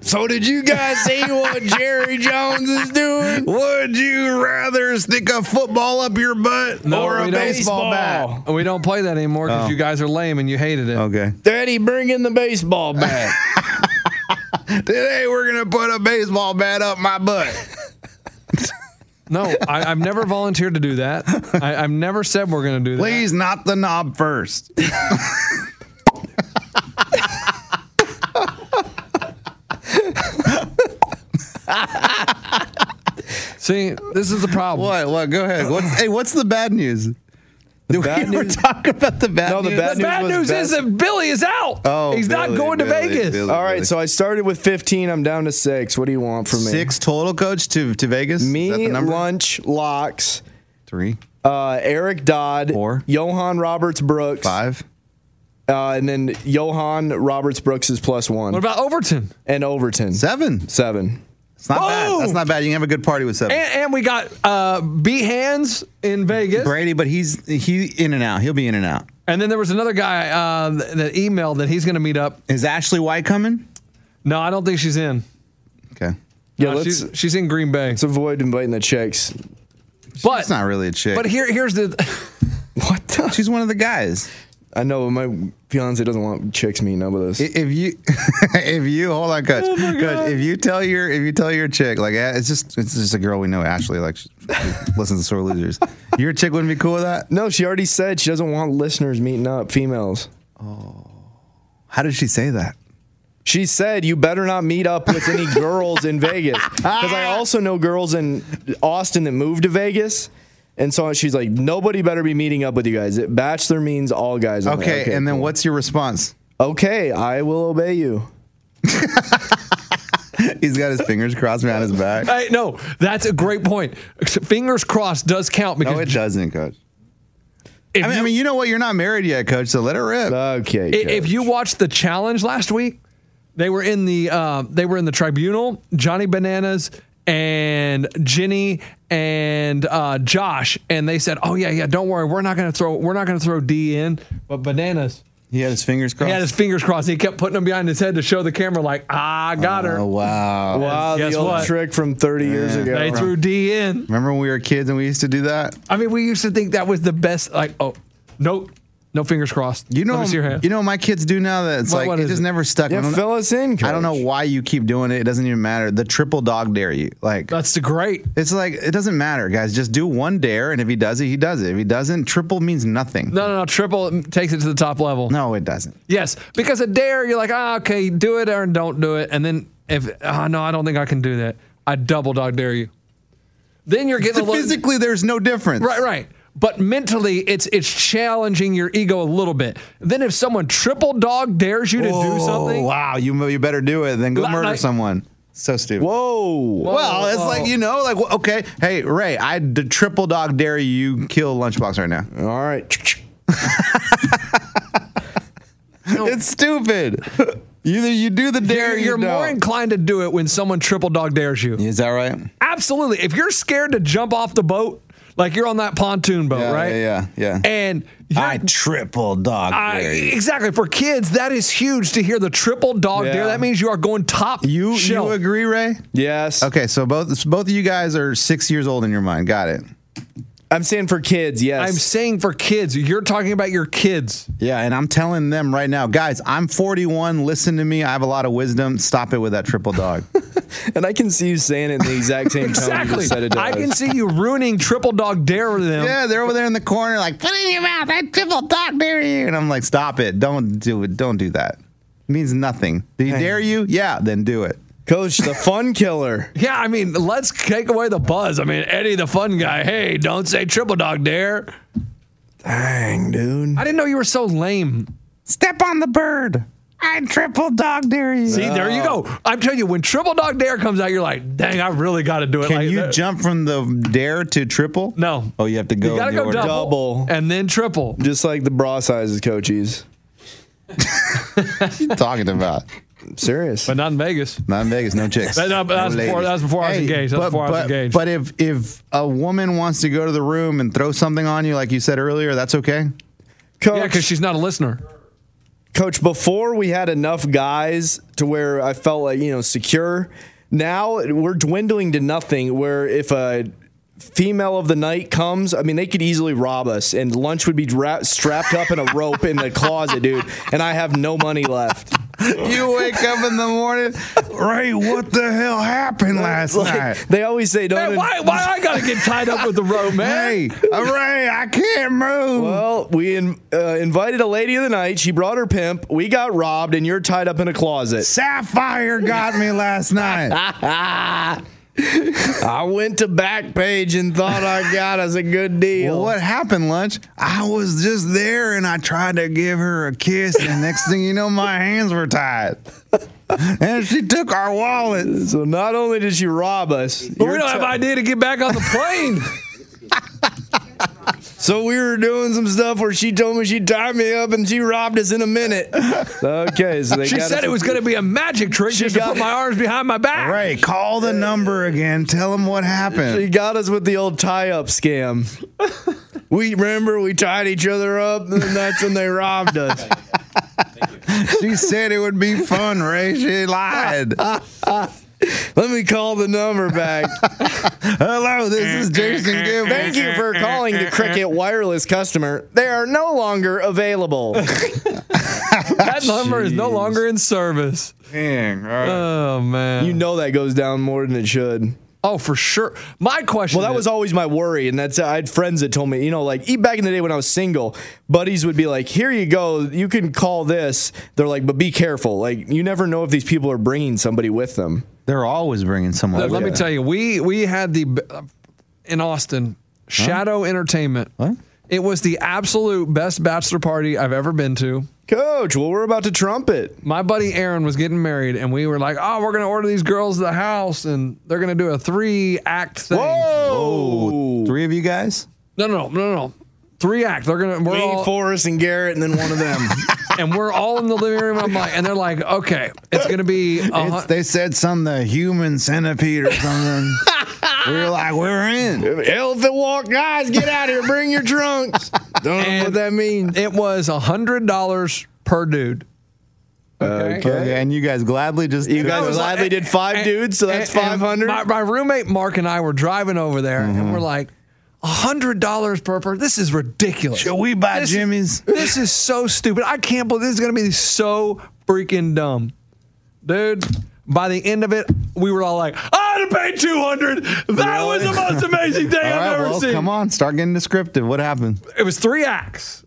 So did you guys see [laughs] what Jerry Jones is doing?
Would you rather stick a football up your butt
No,
or a
we don't.
baseball, bat?
And We don't play that anymore because
Oh.
you guys are lame and you hated it.
Okay.
Daddy, bring in the baseball bat.
Today we're gonna put a baseball bat up my butt.
No, I, I've never volunteered to
[laughs]
do that. I, I've never said we're going to do that.
Please, not the knob first.
See, this is the problem.
What? What? Go ahead. What's, hey, what's the bad news? The
bad
we were
news-
talking about the bad
No, the
news.
bad
The bad
was
news
best-
is that Billy is out.
Oh,
he's not
Billy,
going to
Billy,
Vegas.
Billy.
All right, so I started with 15. I'm down to six. What do you want from me?
Six total, coach, to, to Vegas? Is that
Me,
the number?
lunch, locks,
Three,
uh, Eric Dodd,
Four.
Johan Roberts Brooks,
five.
Uh, and then Johan Roberts Brooks is plus one,
What about Overton?
and Overton
Seven.
seven.
It's not
Whoa!
bad. That's not bad. You can have a good party with seven.
And, and we got uh, B Hands in Vegas.
Brady, but he's he in and out. He'll be in and out.
And then there was another guy uh, th- that emailed that he's going to meet up.
Is Ashley White coming?
No, I don't think she's in.
Okay.
Yeah,
No,
let's,
she's, she's in Green Bay.
let's avoid inviting the chicks. [laughs]
But
That's not really a chick.
but here here's the [laughs]
What? The?
She's one of the guys.
I know but my fiance doesn't want chicks meeting up with us.
I- If you, [laughs] if you hold on, coach, coach, if you tell your, if you tell your chick, like eh, it's just, it's just a girl we know, Ashley, like she, she [laughs] listens to sore losers. Your chick wouldn't be cool with that.
no, she already said she doesn't want listeners meeting up, females.
How did she say that?
She said you better not meet up with any girls in Vegas because I also know girls in Austin that moved to Vegas And so she's like, nobody better be meeting up with you guys. It, bachelor means all guys. I'm like,
Okay, and then
cool.
what's your response?
Okay, I will obey you.
He's got his fingers crossed around his back.
Hey, no, that's a great point. Fingers crossed does count
[laughs]
because
No, it doesn't, coach.
if
I mean,
you-
I mean, you know what? You're not married yet, coach. So let it rip.
Okay.
I- If you watched the challenge last week, they were in the uh, they were in the tribunal. Johnny Bananas and Ginny and uh, Josh, and they said, "Oh yeah, yeah, don't worry, we're not gonna throw we're not gonna throw D in, but Bananas."
He had his fingers crossed.
He had his fingers crossed. He kept putting them behind his head to show the camera, like, "I got her."
Oh wow!
wow,
guess
the old
what?
trick from 30 years ago.
They threw D in.
Remember when we were kids and we used to do that?
I mean, we used to think that was the best. Like, oh, no, no fingers crossed.
You know,
Let me see your hand.
you know, what my kids do now that it's
What-
like
what
it
is
just
it?
never stuck. I,
yeah,
don't,
fill us in.
I don't know
coach.
why you keep doing it. It doesn't even matter. The triple dog dare you, like
that's the great.
it's like it doesn't matter, guys. Just do one dare, and if he does it, he does it. If he doesn't, triple means nothing.
No, no, no. Triple takes it to the top level.
No, it doesn't.
Yes, because a dare, you're like, ah, okay, do it or don't do it. And then if, ah, no, I don't think I can do that. I double dog dare you. Then you're getting a little.
Physically, there's no difference.
Right, right. But mentally, it's it's challenging your ego a little bit. Then if someone triple dog dares you to
Whoa,
do something,
Oh, Wow, you you better do it than go
Like-
murder
like-
someone. So stupid.
Whoa.
Well, it's
whoa.
like you know, like wh- okay, hey Ray, I d- triple dog dare you kill Lunchbox right now.
All right.
It's stupid. [laughs] Either you do the dare,
you're,
or you
you're more
don't.
inclined to do it when someone triple dog dares you.
Is that right?
Absolutely. If you're scared to jump off the boat, like you're on that pontoon boat,
Yeah,
right?
yeah, yeah, yeah.
And you're,
I triple dog
I-
dare you.
exactly for kids, that is huge to hear the triple dog
Yeah.
dare. That means you are going top.
You
shelf.
you agree, Ray?
Yes.
Okay, so both both of you guys are six years old in your mind. Got it.
I'm saying for kids, yes.
I'm saying for kids, you're talking about your kids.
Yeah, and I'm telling them right now, guys. I'm 41. Listen to me. I have a lot of wisdom. Stop it with that triple dog.
and I can see you saying it in the exact same tone you
Exactly.
just said it to
I
us.
can see you ruining triple dog dare with
[laughs]
them.
yeah, they're over there in the corner, like put it in your mouth. I triple dog dare you, and I'm like, stop it. Don't do it. Don't do that. It means nothing. Do you dare you? Yeah, then do it.
Coach, the fun killer.
Yeah, I mean, let's take away the buzz. I mean, Eddie, the fun guy. Hey, don't say triple dog dare.
Dang, dude.
I didn't know you were so lame.
Step on the bird. I triple dog dare you.
See, there you go. I'm telling you, when triple dog dare comes out, you're like, dang, I really got to do it.
Can
like
you
that.
jump from the dare to triple?
No.
Oh, you have to go.
You gotta
in the
go
order.
double,
Double.
and then triple.
Just like the bra sizes, coaches.
What you talking about?
I'm serious.
But not in Vegas.
Not in Vegas, no chicks.
That- that- that's
ladies.
before- that's before I was engaged. That's
but,
before I was
but-
engaged.
But if if a woman wants to go to the room and throw something on you, like you said earlier, that's okay. [laughs]
Coach,
Yeah, because she's not a listener.
Coach, before we had enough guys to where I felt like, you know, secure. Now we're dwindling to nothing where if a female of the night comes, I mean, they could easily rob us and lunch would be dra- strapped up in a rope in the closet, dude. And I have no money left.
You wake up in the morning, Ray. What the hell happened last
Like,
night?
They always say don't.
Man, why, why I gotta get tied up with the rope,
Hey,
man?
uh, Ray, I can't move.
Well, we in, uh, invited a lady of the night. She brought her pimp. We got robbed, and you're tied up in a closet.
Sapphire got me last night.
I went to Backpage and thought I got us a good deal.
Well, what happened, lunch? I was just there and I tried to give her a kiss, and next thing you know, my hands were tied. [laughs] And she took our wallets.
So not only did she rob us,
But we
you're
don't
ti-
have idea to get back on the plane.
So we were doing some stuff where she told me she tied me up and she robbed us in a
[laughs]
minute. okay, so they
she
got
said
us-
it was gonna be a magic trick just to
got-
put my arms behind my back.
Ray, call the number again. Tell them what
She
happened.
got us with the old tie-up
[laughs]
scam. we remember we tied each other up, and then that's when they robbed us.
She said it would be fun, Ray. She lied.
Let me call the number back.
Hello, this is Jason Gibb.
Thank you for calling the Cricket Wireless customer. They are no longer available.
[laughs] That number is no longer in service.
Dang, all right.
Oh man.
you know that goes down more than it should.
oh, for sure. My question.
Well, that
is-
was always my worry, and that's I had friends that told me, you know, like e- back in the day when I was single, buddies would be like, "Here you go, you can call this." They're like, "But be careful, like you never know if these people are bringing somebody with them."
They're always bringing someone.
Let me tell you, we we had the uh, in Austin Shadow Entertainment.
What?
It was the absolute best bachelor party I've ever been to.
Coach, well, we're about to trump it.
My buddy Aaron was getting married, and we were like, "Oh, we're gonna order these girls to the house, and they're gonna do a three act thing."
Whoa!
Three of you guys?
No, no, no, no, no. Three act. They're gonna. We're
Me,
all,
Forrest, and Garrett, and then one
[laughs]
of them.
and we're all in the living room. I'm like, and they're like, okay, it's gonna be. a hun-
It's, they said something, the human centipede
[laughs]
or something. we were like, we're in.
Elephant walk, guys, get out here. Bring your trunks. Don't know what
And-
that means.
it was a hundred dollars per dude. Okay.
Okay, and you guys gladly just
You
took
guys
those-
gladly
eh,
did five dudes, so that's
And- eh, and
five hundred. Mm-hmm.
My, my roommate Mark and I were driving over there, and we're like, hundred dollars per person. This is ridiculous.
Should we buy
This-
Jimmy's?
[laughs] This is so stupid. I can't believe this is gonna be so freaking dumb, dude. By the end of it, we were all like, "I had to pay two hundred. That was the most
[laughs]
amazing thing
All
I've
right,
ever
well,
seen."
come on, start getting descriptive. What happened?
It was three acts.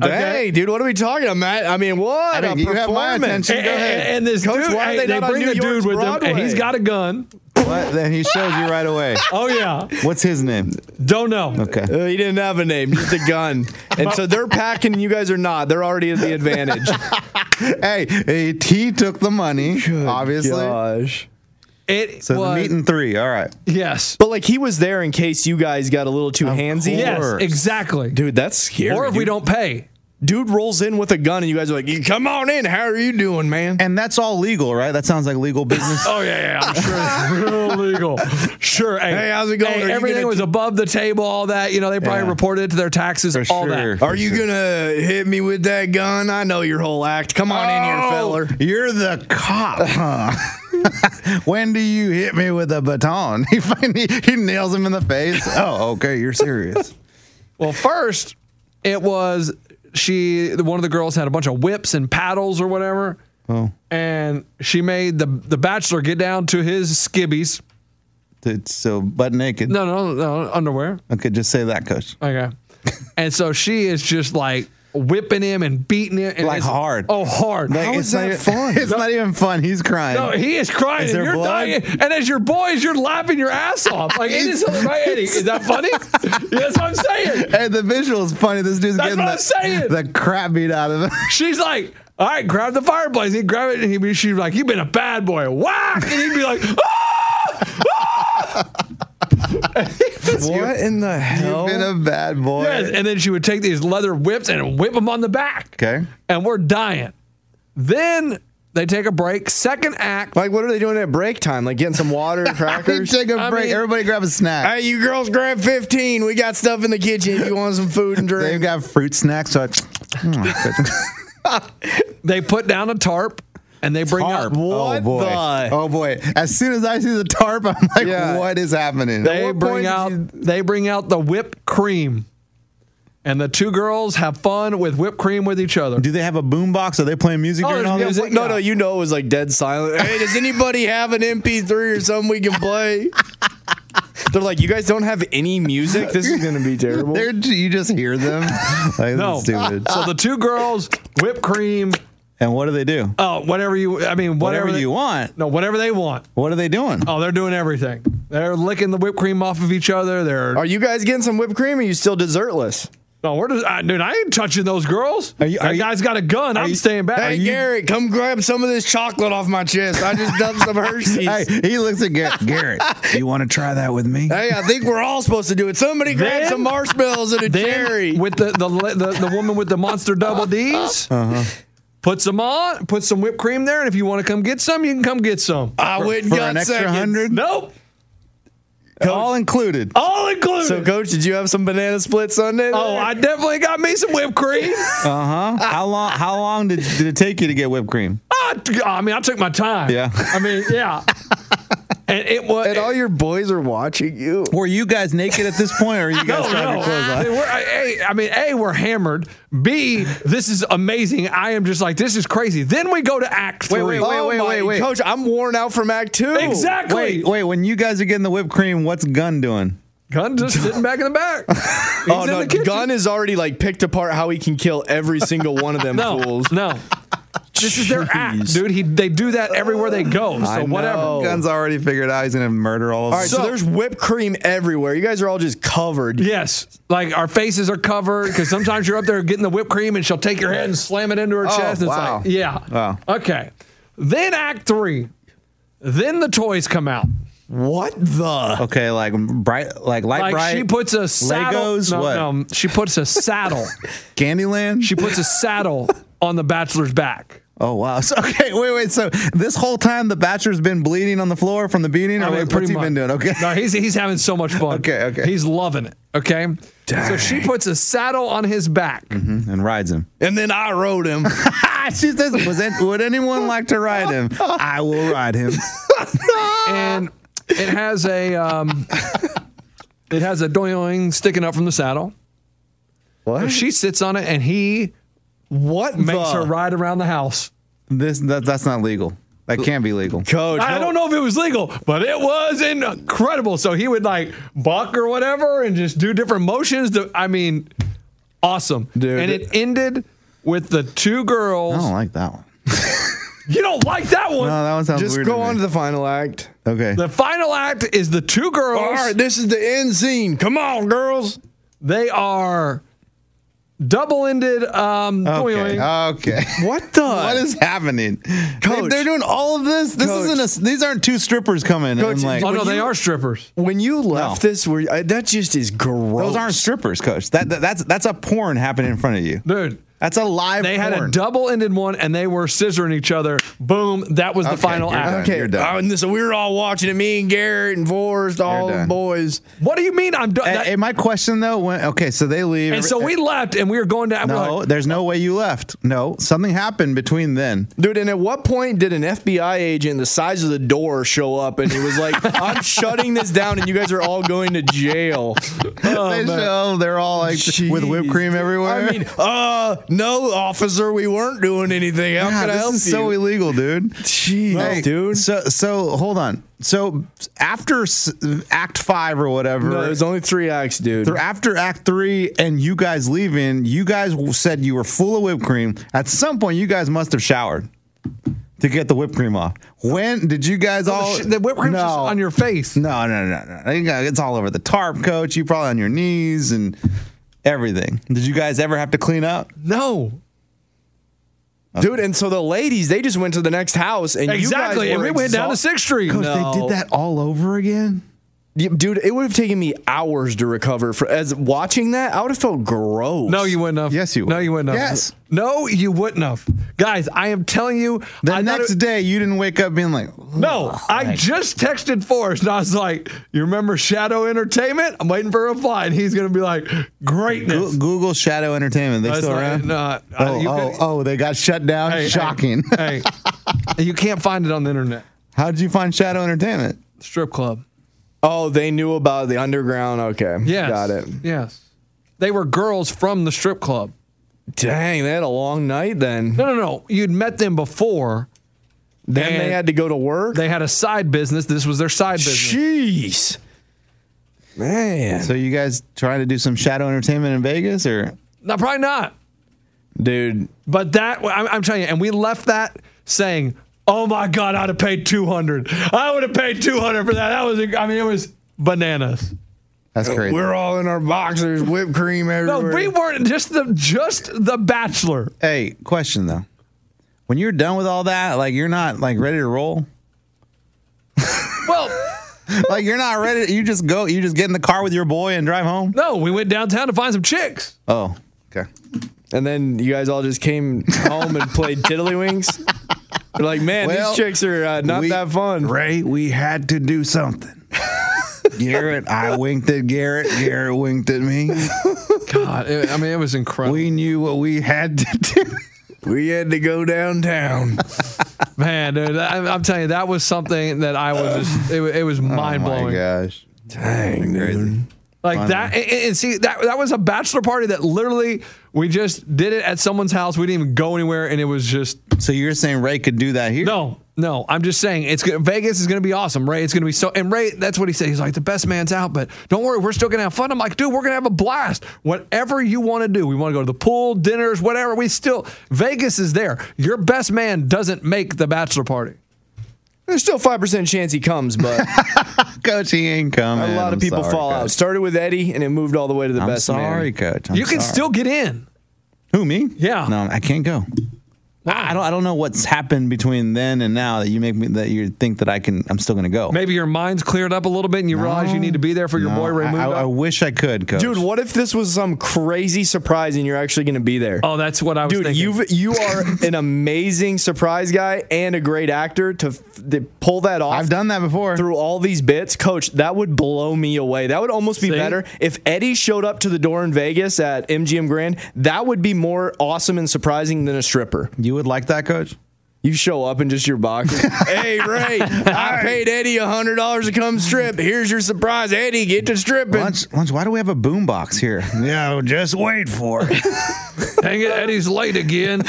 Hey, dude, what are we talking about? Matt? I mean, what?
I mean,
a
you have my
performance.
attention.
And,
Go
and,
ahead.
and this
Coach,
dude,
why are
hey,
they
they,
not on
bring
New
a
York's
dude with him, and
Broadway?
he's got a gun.
What? Then he shows you right away.
Oh yeah,
What's his name?
don't know.
Okay.
Uh, he didn't have a name, just a gun. And so they're packing, and you guys are not. They're already at the advantage.
Hey, hey, he took the money,
[laughs]
obviously.
Gosh.
It
So the
was
meeting three. All right.
yes,
But like he was there in case you guys got a little too handsy.
yes,
course.
exactly.
Dude, that's scary.
or if
dude.
we don't pay,
dude rolls in with a gun and you guys are like, come on in. How are you doing, man?
And that's all legal, right? That sounds like
[laughs]
legal business.
Oh yeah, yeah, I'm sure it's real legal. Sure. Hey,
Hey, how's it going?
hey,
Are you
everything
gonna
was
t-
above the table. All that you know, they probably
Yeah.
reported it to their taxes.
For
all
sure.
that.
Are you gonna hit me with that gun? I know your whole act. Come on in
Oh!
here,
[laughs]
feller.
Oh, You're the cop, huh? [laughs] when do you hit me with a baton? [laughs] He finally he nails him in the face.
[laughs]
Oh, okay, you're serious.
Well, first it was she. the- One of the girls had a bunch of whips and paddles or whatever. Oh. And she made the the bachelor get down to his skibbies.
It's so butt naked.
No, no, no underwear.
Okay, just say that, coach.
Okay. and so she is just like whipping him and beating him. And
Like
it's-
hard.
Oh, hard.
Like, it's not even- [laughs] It's not even fun. He's crying.
No, he is crying.
Is
and
there
you're
blood?
dying. And as your boys, you're laughing your ass off. Like it is right, Eddie. Is that funny? [laughs] Yeah, That's what I'm saying.
Hey, the visual is funny. This dude's
That's
getting
what I'm saying.
the, the crap beat out of him. [laughs]
She's like, all right, grab the fireplace. He'd grab it and he'd be she'd be like, You've been a bad boy. Whack! And he'd be like, "Oh,
[laughs]
What in the hell?
You've been a bad boy.
Yes. And then she would take these leather whips and whip them on the back.
Okay.
And we're dying. Then they take a break. Second act.
Like, what are they doing at break time? Like getting some water
[laughs]
and
We
crackers?
take a
I
break.
mean-
Everybody grab a snack.
hey, you girls, grab 15. We got stuff in the kitchen if you want some food [laughs] and
They've
drink.
got fruit snacks. So I,
They put down a tarp and they bring
tarp.
up
oh
What
boy.
the-
Oh boy. As soon as I see the tarp, I'm [laughs] like,
Yeah.
what is happening?
they bring out they bring out the whipped cream. And the two girls have fun with whipped cream with each other.
Do they have a boombox? Are they playing music
Oh,
during
there's
all this?
music.
no, no, you know it was like dead silent. Hey, does anybody have an MP3 or something we can play? [laughs] They're like, you guys don't have any music. This is gonna [laughs] be terrible.
[laughs] They're, you just
[laughs]
hear them. Like,
No.
no. Stupid.
So the two girls, whipped cream,
[laughs] And what do they do?
oh, whatever you I mean, whatever,
Whatever
they-
you want.
No, whatever they want.
What are they doing?
Oh, they're doing everything. They're licking the whipped cream off of each other. They're
Are you guys getting some whipped cream? Or are you still dessertless?
no, we're just, I, dude. I ain't touching those girls.
Are you-
that
are you-
guy's got a gun. I'm
you-
staying back.
Hey,
Are you-
Garrett, come grab some of this chocolate off my chest. I just dumped some Hershey's.
Hey,
[laughs] Hey.
he looks
[laughs]
at Garrett. Garrett, you want to try that with me?
I think we're all supposed to do it. Somebody grab
Then-
some marshmallows and a
Then
cherry.
with the the, li- the the woman with the monster double D's.
Uh-huh.
Puts them on, put some whipped cream there, and if you want to come get some, you can come get some.
I went and
for
got
an extra
seconds.
hundred?
Nope,
All included.
all included.
So, coach, did you have some banana split Sunday?
oh, I definitely got me some whipped
[laughs]
cream.
Uh huh. How long? How long did, did it take you to get whipped cream?
I, I mean, I took my time.
Yeah.
I mean,
[laughs]
yeah. and it was.
and all your boys are watching you.
Were you guys naked at this
[laughs]
point, or
no,
you
Oh,
guys
no.
still have your clothes
I
on?
mean, we're, A, I mean, A, we're hammered. B, this is amazing. I am just like, this is crazy. Then we go to Act Three. Oh
wait, wait, wait,
Oh my-
wait, wait.
Coach, I'm worn out from Act Two.
Exactly.
Wait, wait. When you guys are getting the whipped cream, what's Gun doing?
[laughs]
Gunn just sitting back in the back. He's
oh
in
no,
the
[laughs]
kitchen.
Gunn has already like picked apart how he can kill every single one of them
no,
fools.
no. This is their act, dude. He, they do that everywhere they go. So
I know.
whatever.
Gun's already figured out he's gonna murder all of
All
us.
right, so,
So-
there's whipped cream everywhere. You guys are all just covered.
Yes, like our faces are covered because sometimes you're up there getting the whipped cream and she'll take your hand and slam it into her
Oh,
chest. It's
wow.
like, yeah.
Wow.
Okay. Then Act Three. Then the toys come out.
What the?
Okay, like bright, like light
Like
bright.
she puts a saddle.
Legos,
no,
what?
no, she puts a saddle.
Candyland.
she puts
[laughs]
a saddle on the bachelor's back.
oh wow. [laughs] So, okay, wait, wait. So this whole time the Bachelor's been bleeding on the floor from the beating.
I
or
mean,
what- what's
pretty
he been
much.
doing? Okay.
No, he's he's having so much fun.
Okay, okay.
He's loving it. Okay. So she puts a saddle on his back.
and rides
[laughs]
him. [laughs]
And then I rode [laughs] him.
she says, Was that, "Would anyone like to ride
[laughs]
him? I will ride him."
and it has
[laughs]
a um, it has a doing sticking up from the saddle.
What?
She sits on it, and he
what
makes
the?
her ride around the house.
This that, that's not legal. That can't be legal.
Coach,
I I don't know if it was legal, but it was incredible. So he would like buck or whatever, and just do different motions. To, I mean, awesome.
Dude. Oh,
and it ended with the two girls.
I don't like that one. [laughs]
You don't like that one.
No, that one sounds
Just
weird.
go
me.
on to the final act.
Okay.
The final act is the two girls.
All right, this is the end scene. Come on, girls.
They are double-ended. Um,
Okay.
doing-
Okay.
[laughs] What the?
What is happening?
Coach.
they, are doing all of this. This
Coach.
isn't a. These aren't two strippers coming.
Coach,
and like,
Oh no,
When
they
you-
are strippers.
when you left
No.
this? Were you, I, that just is gross?
those aren't strippers, coach. That, that that's that's a porn happening in front of you.
Dude,
That's a live.
they had a
porn.
double-ended one, and they were scissoring each other. Boom! That was the
Okay,
final
you're
act.
done.
Okay,
You're done.
oh, and this- we were all watching it. Me and Garrett and Forrest, all the
done.
boys.
What do you mean I'm done?
A-
That-
and my question though, when, okay, so they leave.
and so we left, and we were going down. we're
eh, No,
like,
there's no way you left. No, something happened between then.
Dude, and at what point did an FBI agent the size of the door show up and he
[laughs]
was like, I'm shutting this down and you guys are all going to jail?
[laughs] they show they're all like with whipped
Oh, Jeez,
cream
dude.
everywhere.
I mean, uh, no, officer, we weren't doing anything. How
God,
can I
this
help
is
you?
so illegal, dude.
[laughs] Jeez,
Hey,
dude.
So so hold on. So after s- Act Five or whatever,
No, there's only three acts, dude.
They're after Act Three and you guys leaving, you guys w- said you were full of whipped cream. At some point, you guys must have showered to get the whipped cream off. When did you guys all?
sh- the whipped cream's
no.
just on your face.
No, no, no, no, no. You got- It's all over the tarp, coach. You probably on your knees and everything. Did you guys ever have to clean up?
No,
Dude, and so the ladies, they just went to the next house and
exactly.
you guys
And
were
we went down to
exhaust-
Sixth Street.
Coach, they did that all over again.
Yeah, Dude, it would have taken me hours to recover. For, as watching that, I would have felt gross.
No, you wouldn't have.
Yes, you would.
No, you wouldn't have.
Yes.
No, you wouldn't have. Guys, I am telling you.
The
I thought
next
it-
day, you didn't wake up being like,
No,
Oh,
I just texted Forrest and I was like, You remember Shadow Entertainment? I'm waiting for a reply. And he's going to be like, Greatness.
Go- Google Shadow Entertainment. They
That's
still
not-
around?
no, I-
oh,
you
oh,
could-
oh, they got shut down.
Hey, hey, [laughs]
Shocking.
hey, you can't find it on the internet.
How did you find Shadow Entertainment?
Strip club.
Oh, they knew about the underground. Okay.
Yes.
Got it.
Yes. They were girls from the strip club.
Dang, they had a long night then.
No, no, no. You'd met them before.
Then they
And-
had to go to work.
They had a side business. This was their side business.
Jeez. Man.
So you guys trying to do some Shadow Entertainment in Vegas or?
no, probably not.
Dude.
But that, I'm, I'm telling you, and we left that saying, "Oh my God, I'd have paid 200. I would have paid 200 for that. That was, I mean, it was bananas."
That's crazy.
Uh, We're all in our boxers, whipped cream
No,
everywhere.
we weren't just the just the Bachelor.
Hey, question though. When you're done with all that, like you're not like ready to
[laughs]
roll.
Well, [laughs]
like you're not ready. You just go. You just get in the car with your boy and drive home.
no, we went downtown to find some chicks.
Oh, okay.
and then you guys all just came home and [laughs] played Tiddlywinks. You're like, man,
Well,
these chicks are uh, not
we-
that fun.
Ray, we had to do something. Garrett, I winked at Garrett. Garrett winked at
[laughs]
me.
God, it- I mean, it was incredible,
We knew what we had to do.
We had to go downtown.
man. Dude, I, I'm telling you, that was something that I was just, it, wa- it was
Oh
mind blowing.
gosh.
Dang, dude.
Like that, and, and- and see that that was a bachelor party that literally we just did it at someone's house. We didn't even go anywhere, and it was just
So you're saying Ray could do that here?
no. No, I'm just saying it's gonna- Vegas is going to be awesome, Ray. It's going to be so. And Ray, that's what he said. He's like, the best man's out, but don't worry, we're still going to have fun. I'm like, dude, we're going to have a blast. Whatever you want to do, we want to go to the pool, dinners, whatever. We still Vegas is there. Your best man doesn't make the bachelor party.
There's still five percent chance he comes, [laughs] but
Coach, he ain't coming.
a lot
I'm
of people
sorry,
fall
Coach.
out. Started with Eddie, and it moved all the way to the
I'm
best
sorry,
man.
Coach. I'm
you can
sorry.
still get in.
who me?
Yeah.
No, I can't go. I I don't. I don't know what's happened between then and now that you make me that you think that I can. I'm still gonna go.
Maybe your mind's cleared up a little bit, and you realize you need to be there for your
No, Uh,
boy
I-
Raymundo.
I, I wish I could, Coach.
Dude, what if this was some crazy surprise and you're actually going to be there?
oh, that's what I was
Dude,
thinking.
you
[laughs]
you are an amazing surprise guy and a great actor to, f- to pull that off.
I've done that before.
through all these bits, coach, that would blow me away. That would almost be
See?
better if Eddie showed up to the door in Vegas at MGM Grand. That would be more awesome and surprising than a stripper.
you would like that, Coach?
You show up in just your [laughs] box. hey Ray, I paid Eddie hundred dollars to come strip. Here's your surprise, Eddie. Get to stripping.
Lunch, lunch. Why do we have a boom box [laughs] here? no, just wait for it.
Dang it, Eddie's late again.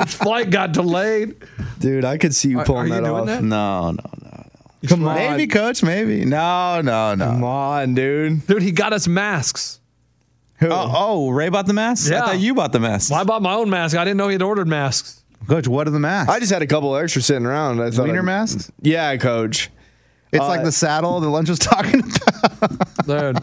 His flight got delayed.
Dude, I could see you
Are-
pulling
are you
that
doing
off.
[laughs]
that?
No, no, no.
Come on,
Maybe, Coach. Maybe. No, no,
Come
no.
on, dude.
Dude, he got us masks.
Who?
Oh, oh, Ray bought the mask. I
Yeah.
thought you bought the mask.
Well, I bought my own mask. I didn't know he had ordered masks.
Coach, what are the masks?
I just had a couple extra sitting around. I thought.
Wiener [laughs]
I'd-
masks.
Yeah, coach.
It's like the saddle that Lunch was [laughs] talking about.
Dude,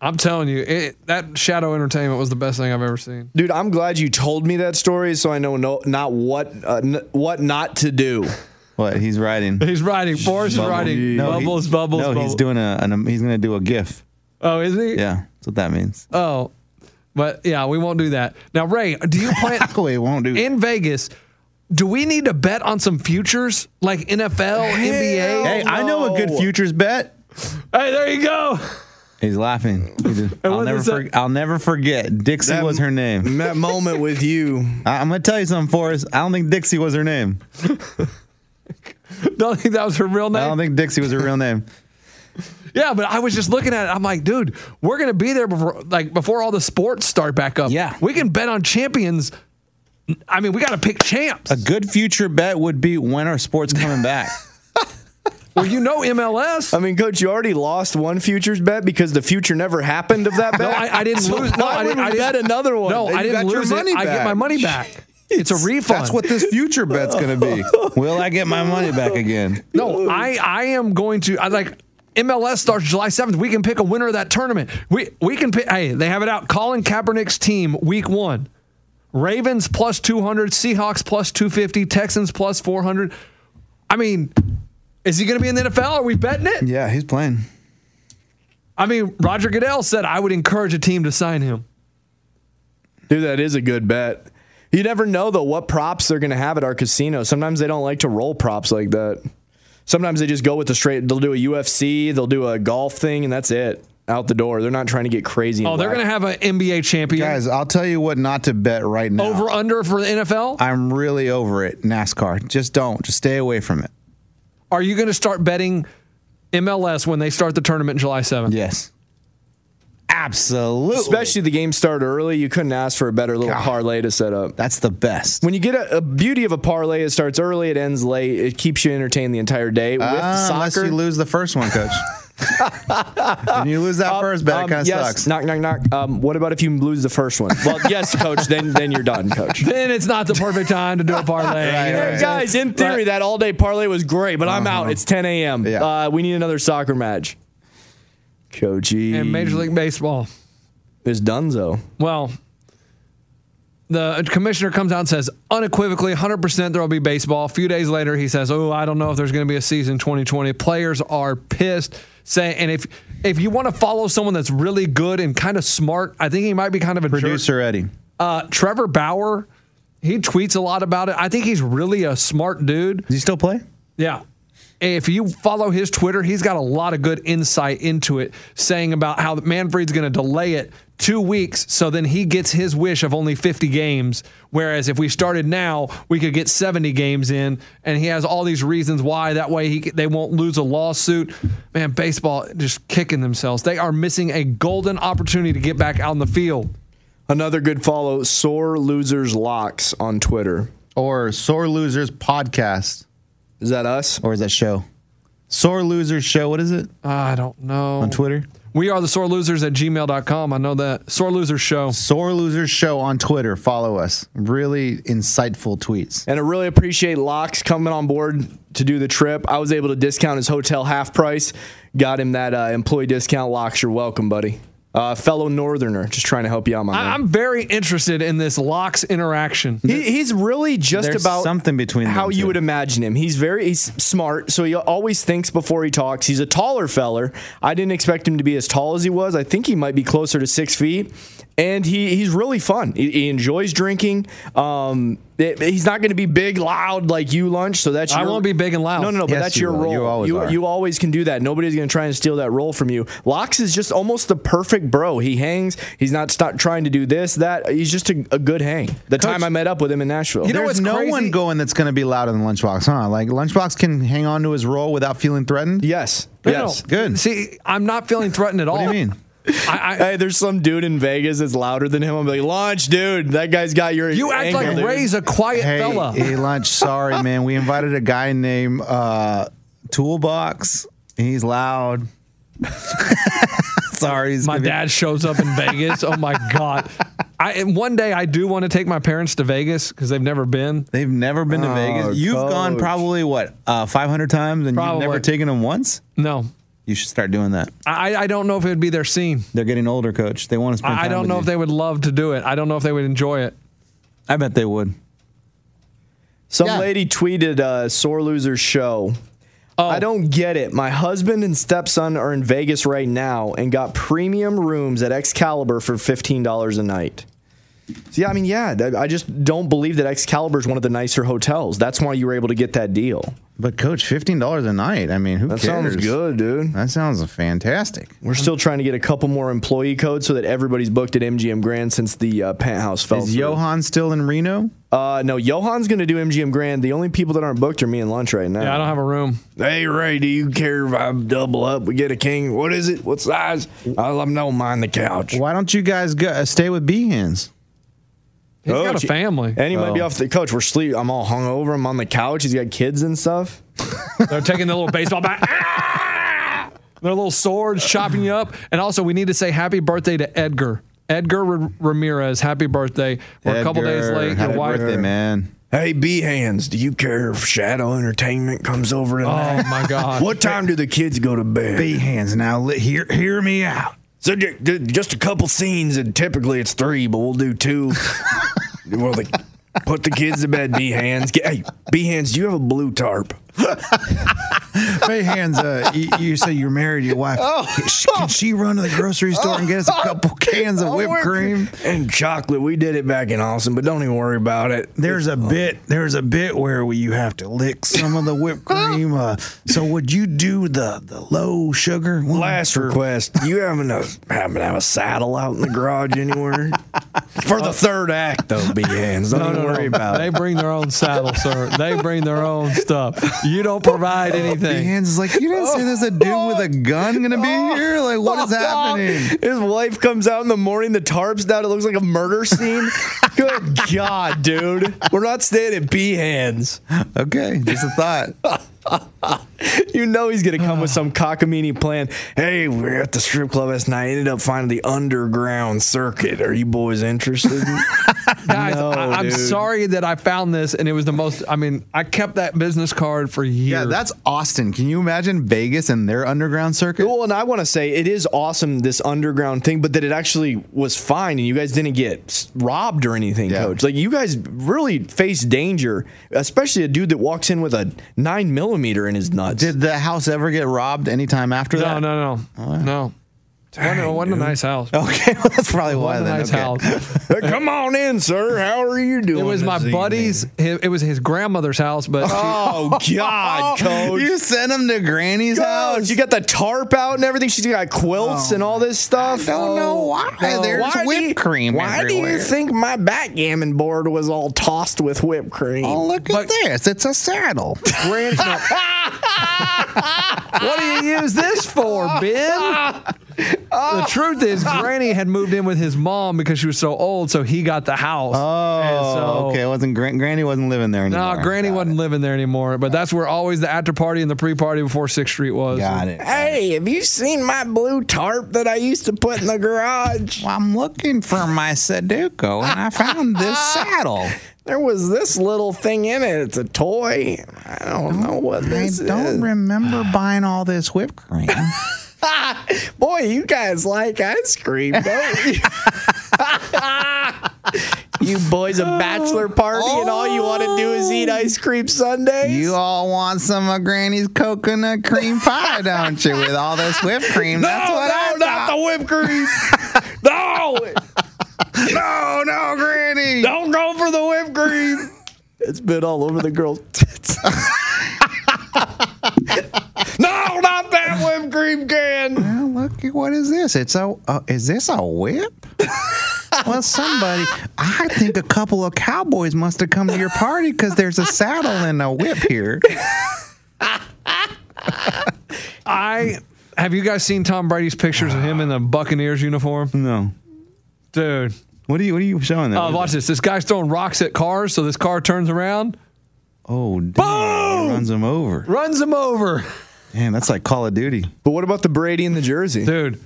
I'm telling you, it, that Shadow Entertainment was the best thing I've ever seen.
Dude, I'm glad you told me that story, so I know no, not what uh, n- what not to do.
What he's writing.
He's writing. Forrest is writing.
No, he-
[laughs] bubbles, bubbles,
No,
bubbles.
he's doing a. An, he's gonna do a GIF.
Oh, is he?
Yeah, that's what that [laughs] means.
Oh, but yeah, we won't do that. Now, Ray, do you
[laughs]
plan
we won't do.
in Vegas? Do we need to bet on some futures like NFL, NBA?
hey, I know a good futures bet.
Hey, there you go. [laughs]
He's laughing. He just- I'll
what
never.
is that?
forg- I'll never forget. Dixie was her name.
[laughs] that moment with you.
I, I'm gonna tell you something, Forrest. I don't think Dixie was her name.
Don't think that was her real
I
name.
don't think Dixie was her real name.
yeah, but I was just looking at it. I'm like, dude, we're gonna be there before like before all the sports start back up.
Yeah.
we can bet on champions. I mean, we got to pick champs.
A good future bet would be when are sports coming
[laughs]
back?
Well, you know MLS.
I mean, coach, you already lost one futures bet because the future never happened of [laughs] that bet.
No, I, I didn't
So
lose. No,
why
I
would
didn't. I
we
didn't-
bet another one.
No,
Then
I
you
didn't
got your
lose it.
money
I get my
back. [laughs]
money back. It's a refund.
That's what this future bet's gonna be. Will I get my money back again?
No, I I am going to. I like. MLS starts July 7th. We can pick a winner of that tournament. We we can pick. Hey, they have it out. Colin Kaepernick's team, week one. Ravens plus 200, Seahawks plus 250, Texans plus 400. I mean, is he going to be in the NFL? Are we betting it?
Yeah, he's playing.
I mean, Roger Goodell said I would encourage a team to sign him.
Dude, that is a good bet. You never know though what props they're going to have at our casino. Sometimes they don't like to roll props like that. Sometimes they just go with the straight. They'll do a UFC, they'll do a golf thing, and that's it. Out the door. They're not trying to get crazy. and
Oh, they're
whack.
going to have an NBA champion.
Guys, I'll tell you what not to bet right now.
over under for the NFL?
I'm really over it. NASCAR. Just don't. Just stay away from it.
Are you going to start betting MLS when they start the tournament July 7th?
Yes. Absolutely.
Especially the game start early. You couldn't ask for a better little parlay to set up.
that's the best.
When you get a, a beauty of a parlay, it starts early, it ends late. It keeps you entertained the entire day. With
Ah, unless
soccer,
you lose the first one,
[laughs]
coach. when you lose that
Um,
first bet,
um,
it kind of
yes,
sucks.
Knock, knock, knock. Um, what about if you lose the first one? Well, yes, coach. Then, then you're done, coach.
Then it's not the perfect time
[laughs]
to do a parlay.
Right,
You know what I'm
right.
saying?
Guys, in theory, that all day parlay was great, but I'm out. It's 10 a.m.
Yeah.
Uh, we need another soccer match. Coachy
And Major League Baseball.
is Dunzo.
Well, the commissioner comes out and says unequivocally 100% there will be baseball. A few days later, he says, Oh, I don't know if there's going to be a season 2020. Players are pissed. Say, and if if you want to follow someone that's really good and kind of smart, I think he might be kind of a jerk.
Producer Eddie.
Uh, Trevor Bauer, he tweets a lot about it. I think he's really a smart dude.
Does he still play?
Yeah. If you follow his Twitter, he's got a lot of good insight into it, saying about how Manfred's going to delay it two weeks, so then he gets his wish of only 50 games. Whereas if we started now, we could get 70 games in, and he has all these reasons why. That way, he, they won't lose a lawsuit. Man, baseball just kicking themselves. They are missing a golden opportunity to get back out on the field.
Another good follow, Sore Losers Locks on Twitter.
Or Sore Losers podcast.
Is that us?
Or is that show? Sore Losers Show. What is it?
I don't know.
On Twitter?
We are the sore losers at gmail.com. I know that. Sore losers show.
Sore Losers Show on Twitter. Follow us. Really insightful tweets.
And I really appreciate Locks coming on board to do the trip. I was able to discount his hotel half price. Got him that uh, employee discount. Locks, you're welcome, buddy. Uh, fellow Northerner, just trying to help you out, my
I-
man.
I'm very interested in this locks interaction.
He, he's really just
There's
about
something between them
how you
two.
would imagine him. He's very he's smart, so he always thinks before he talks. He's a taller feller. I didn't expect him to be as tall as he was. I think he might be closer to six feet. And he, he's really fun. He, he enjoys drinking. Um, it- he's not going to be big, loud like you, lunch. So that's
I
your-
won't be big and loud.
No, no, no. but
Yes,
that's
you
your
will.
role.
You always
you,
are.
you always can do that. Nobody's going to try and steal that role from you. Locks is just almost the perfect bro. He hangs. He's not stop trying to do this, that. He's just a, a good hang. The time I met up with him in Nashville.
You know
There's
what's
no
crazy?
one going that's going to be louder than Lunchbox, huh? Like Lunchbox can hang on to his role without feeling threatened.
yes.
No, no,
yes.
no.
Good.
See, I'm not feeling threatened at all.
What do you mean?
I, I,
Hey, there's some dude in Vegas that's louder than him. I'm like, launch, dude. That guy's got your.
you act
angle,
like
dude."
Ray's a quiet
Hey,
fella.
hey, lunch. Sorry, man. We invited a guy named uh, Toolbox. He's loud. [laughs] sorry, he's
my
gonna be-
dad shows up in Vegas. Oh my
[laughs]
god! I and one day I do want to take my parents to Vegas because they've never been.
They've never been to
Oh,
Vegas. You've gone
coach.
probably what uh, 500 times, and
Probably.
you've never taken them once.
No,
You should start doing that.
I I don't know if it would be their scene.
They're getting older, coach. They want to spend.
I, I
time
don't
with
know
you.
if they would love to do it. I don't know if they would enjoy it.
I bet they would.
Some
Yeah.
lady tweeted uh, sore losers show.
Oh.
I don't get it. My husband and stepson are in Vegas right now and got premium rooms at Excalibur for fifteen dollars a night. So yeah, I mean, yeah, that- I just don't believe that Excalibur is one of the nicer hotels. That's why you were able to get that deal.
But coach, fifteen dollars a night. I mean, who
That
cares?
sounds good, dude.
That sounds fantastic.
We're still trying to get a couple more employee codes so that everybody's booked at MGM Grand since the uh, penthouse fell.
Is
through.
Johan still in Reno?
Uh, no, Johan's going to do MGM Grand. The only people that aren't booked are me and lunch right now.
Yeah, I don't have a room.
Hey Ray, do you care if I double up? We get a king. What is it? What size? I love no mind the couch.
Why don't you guys go, uh, stay with Behans?
He's
Oh,
Coach,
got a family. Oh.
And he might be off the coach. We're sleep. I'm all hungover. I'm on the couch. He's got kids and stuff.
They're taking their little baseball bat. Ah! Their little swords chopping you up. And also, we need to say happy birthday to Edgar. Edgar Ra- Ramirez, happy birthday. We're a couple days
Edgar,
late.
Happy
Your wife.
birthday, man.
Hey, B hands, do you care if Shadow Entertainment comes over
Oh
tonight?
my God.
[laughs] What time do the kids go to bed?
Behans, now li- hear hear me out.
So ju- ju- just a couple scenes, and typically it's three, but we'll do
[laughs]
two. well, the, put the kids to bed. B hands, Get- hey, B hands, do you have a blue tarp?
Behans, uh, you, you say you're married to your wife.
Oh.
Can, she, can she run to the grocery store and get us
[laughs]
a couple cans of whipped cream?
and chocolate. We did it back in Austin, but don't even worry about it.
There's a bit. There's a bit where we, you have to lick some of the whipped cream. Uh, so would you do the the low sugar
Mm,
one
Last
for-
request. You haven't a, happen to have a saddle out in the garage
[laughs]
anywhere for the third act, though. B hands, don't
No,
even
no,
worry
no.
about
They [laughs]
it.
bring their own saddle, sir. They bring their own stuff. You don't provide
[laughs]
anything.
Behans is like, you didn't say there's a dude with a gun gonna be here. Like, what is happening?
His wife comes out in the morning, the tarp's down, it looks like a murder
[laughs]
scene. Good God, dude. We're not staying at B hands.
Okay, just a [laughs] thought.
You know he's gonna
[sighs]
come with some cockamini plan. Hey, we we're at the strip club last night. Ended up finding the underground circuit. Are you boys
[laughs]
interested?
Guys,
No,
I, I'm
dude.
sorry that I found this and it was the most. I mean, I kept that business card for years.
Yeah, that's Austin. Can you imagine Vegas and their underground circuit?
Well, and I want to say it is awesome this underground thing, but that it actually was fine, and you guys didn't get s- robbed or anything,
Yeah.
coach. Like you guys really face danger, especially a dude that walks in with a nine millimeter in his nuts.
Did the house ever get robbed anytime after
no,
that?
no, no, no. Wasn't- it wasn't a nice house.
[laughs] Okay, well, that's probably Oh, why
Wasn't
then.
a nice
okay.
[laughs]
house.
Hey, come on in, sir. How are you doing?
It was my
this
buddy's.
evening?"
hi- It was his grandmother's house, but
[laughs]
[laughs]
Oh God, coach.
[laughs] You sent him to Granny's
Coach,
house.
you got the tarp out and everything. She's got quilts and all this stuff.
Oh,
Oh,
don't know why. There's whipped
do you-
cream
Why do you
everywhere.
think my backgammon board was all tossed with whipped cream?
Oh, look
But-
at this. It's
[laughs]
a saddle. [laughs]
[laughs]
Grand- no. what do you use this for, Ben?
Oh.
The truth is, Granny had moved in with his mom because she was so old, so he got the house. And
Oh,
so-
okay. It wasn't gran- Granny wasn't living there
No,
anymore.
Granny
Got
wasn't
it.
living there anymore, but that's where always the after party and the pre party before Sixth Street was.
Got it.
Hey, have you seen my blue tarp that I used to put in the garage?
Well, I'm looking for my Sudoku, and I found
[laughs]
this saddle.
There was this little thing in it. It's a toy. I don't know what
Oh, I
this
don't
is.
remember buying all this whipped cream.
Boy, you guys like ice cream,
[laughs]
don't you? you boys a bachelor party and all you want to do is eat ice cream sundaes?
You all want some of Granny's coconut cream pie, don't you? With all this whipped [laughs] cream. That's what I
no, not the
thought.
whipped
[laughs]
cream. no,
No, no, Granny.
don't go for the whipped cream. It's been all over the girl's tits. no, not that whipped cream can.
Well, look, what is this? It's a. Uh, is this a [laughs] whip? well, somebody. I think a couple of cowboys must have come to your party because there's a saddle and a whip here.
I have you guys seen Tom Brady's pictures of him in the Buccaneers uniform?
No.
Dude.
What are you? What are you showing there?
Uh, watch this. This guy's throwing rocks at cars, so this car turns around,
Oh, damn. Runs them over.
runs him over.
Damn, that's like Call of Duty.
But what about the Brady in the jersey?
Dude,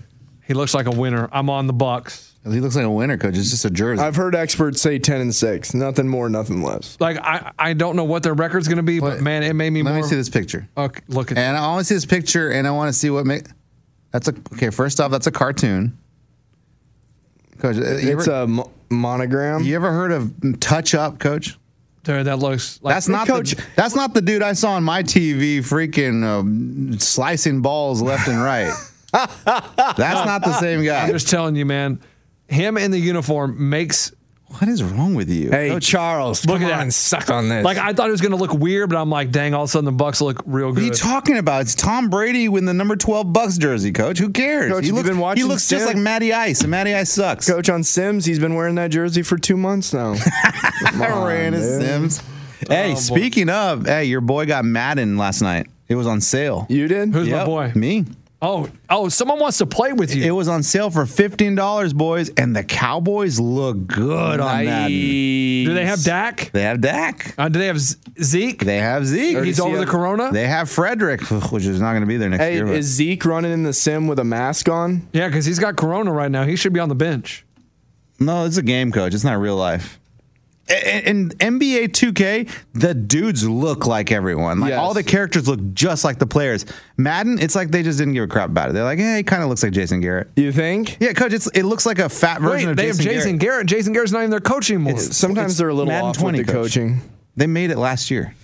he looks like a winner. I'm on the Bucks.
He looks like a winner coach. It's just a jersey.
I've heard experts say 10 and 6. Nothing more, nothing less.
Like I, I don't know what their record's gonna be, but
Wait,
man, it made me
Let
more.
me see this picture.
Okay, look at
And I want to see this picture, and I want to see what make. That's a okay. First off, that's a cartoon. Coach, uh, you
It's
ever,
um, a mo- monogram.
you ever heard of Touch Up, Coach?
dude. That looks like
That's not
Coach-
The, that's not the dude I saw on my TV, freaking um, slicing balls left and
[laughs]
right. that's not the same
I'm
guy.
just telling you, man. Him in the uniform makes
What is wrong with you?
Hey, Charles,
Look
come
at that.
on, suck on this.
like I thought it was gonna look weird, but I'm like, dang, all of a sudden the Bucks look real
What are you
good.
talking about? It's Tom Brady with the number twelve Bucks jersey, Coach. Who cares?
Coach,
he
have you
looks,
been watching
he looks just
Stan?
like Matty Ice, and Matty Ice sucks.
Coach on Sims, he's been wearing that jersey for two months now. Come on,
Brandon
dude.
Sims.
Oh,
Hey, speaking of, hey, your boy got Madden last night. It was on sale.
You did?
Who's my
Yep,
boy?
Me.
Oh, oh, someone wants to play with you.
It was on sale for fifteen dollars, boys, and the Cowboys look good on Madden.
Do they have Dak?
They have Dak.
Uh, do they have Z- Zeke?
They have Zeke.
He's over the corona.
They have Frederick, [laughs] which is not going to be there next
Hey,
year. but-
is Zeke running in the sim with a mask on?
yeah, because he's got corona right now. He should be on the bench.
No, it's a game, coach. It's not real life. A- In in NBA 2K, the dudes look like everyone. Like
Yes.
all the characters look just like the players. Madden, it's like they just didn't give a crap about it. They're like, yeah, he kind of looks like Jason Garrett.
You think?
Yeah, coach, it's it looks like a fat version
Wait,
of
they
Jason,
have Jason
Garrett.
Garrett. Jason Garrett's not even their coach anymore.
Sometimes
It's
they're a little
Madden
off
20,
with the
Coach.
coaching.
They made it last year.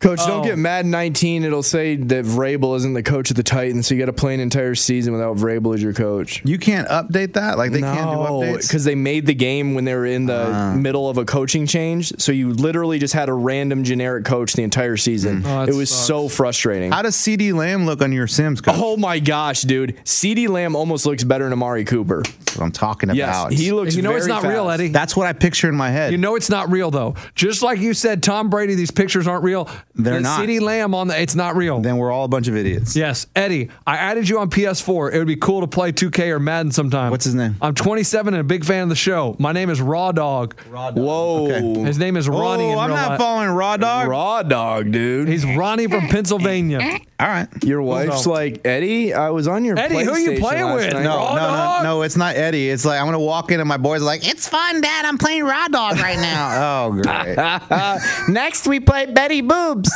Coach, don't
Oh.
get mad. 19. It'll say that Vrabel isn't the coach of the Titans, so you got to play an entire season without Vrabel as your coach.
You can't update that. Like they can't do updates.
because they made the game when they were in the
Ah.
middle of a coaching change, so you literally just had a random generic coach the entire season.
Oh, that
it was
sucks.
so frustrating.
How does CD Lamb look on your Sims? Coach?
Oh my gosh, dude! C.D. Lamb almost looks better than Amari Cooper.
That's what I'm talking
Yes,
about.
he looks.
And you know it's
very
not real,
fast.
Eddie.
That's what I picture in my head.
you know it's not real though. Just like you said, Tom Brady. These pictures aren't real.
They're
the
not.
CD Lamb on the. It's not real.
then we're all a bunch of idiots.
Yes, Eddie. I added you on PS4. It would be cool to play 2K or Madden sometime.
What's his name?
I'm 27 and a big fan of the show. My name is Raw Dog.
Whoa,
His name is Ronnie. in
Oh, I'm
real
not
life.
following Raw Dog.
raw dog,
[laughs]
dude.
He's Ronnie from Pennsylvania.
All right.
your wife's
no.
like Eddie. I was on your
Eddie, who you
PlayStation
playing
last
with?
night."
No,
Raw
no,
Dog?
no, no, it's not Eddie. It's like I'm gonna walk in and my boy's like, "It's fun, Dad. I'm playing Raw Dog right [laughs] now." oh, great. [laughs]
Next, we play Betty Boobs.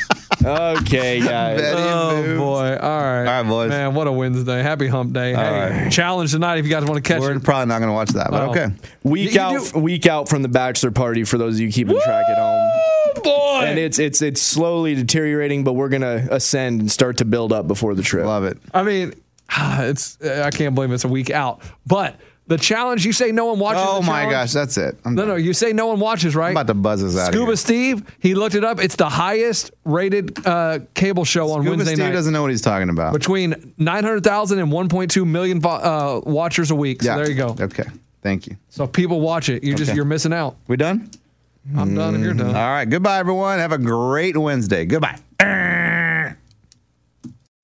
[laughs]
Okay, guys. Um,
Betty
Oh
Boobs.
boy! All right, all
right, boys.
Man, what a Wednesday! Happy Hump Day! Hey, Challenge tonight if you guys want to catch
We're
it.
probably not gonna watch that, but
Oh.
okay.
Week
You- you
out,
do-
week out from the bachelor party for those of you keeping track at home.
Oh, boy!
And it's it's it's slowly deteriorating, but we're gonna ascend and start to build up before the trip.
Love it.
I mean, ah, it's eh, I can't believe it's a week out. But the challenge, you say no one watches.
Oh
the
my
challenge?
gosh, that's it. I'm
No, no, you say no one watches, right?
I'm about to buzz this out. of
Scuba
here.
Steve, he looked it up. It's the highest rated uh, cable show on
Scuba
Wednesday
Steve
night.
doesn't know what he's talking about.
Between 900,000 and 1.2 million vo- uh, watchers a week. So there you go.
Okay. Thank you.
So if people watch it. You just
Okay. Mm,
you're missing out.
We done?
I'm done if you're done.
All [clears throat] right. Goodbye, everyone. Have a great Wednesday. Goodbye.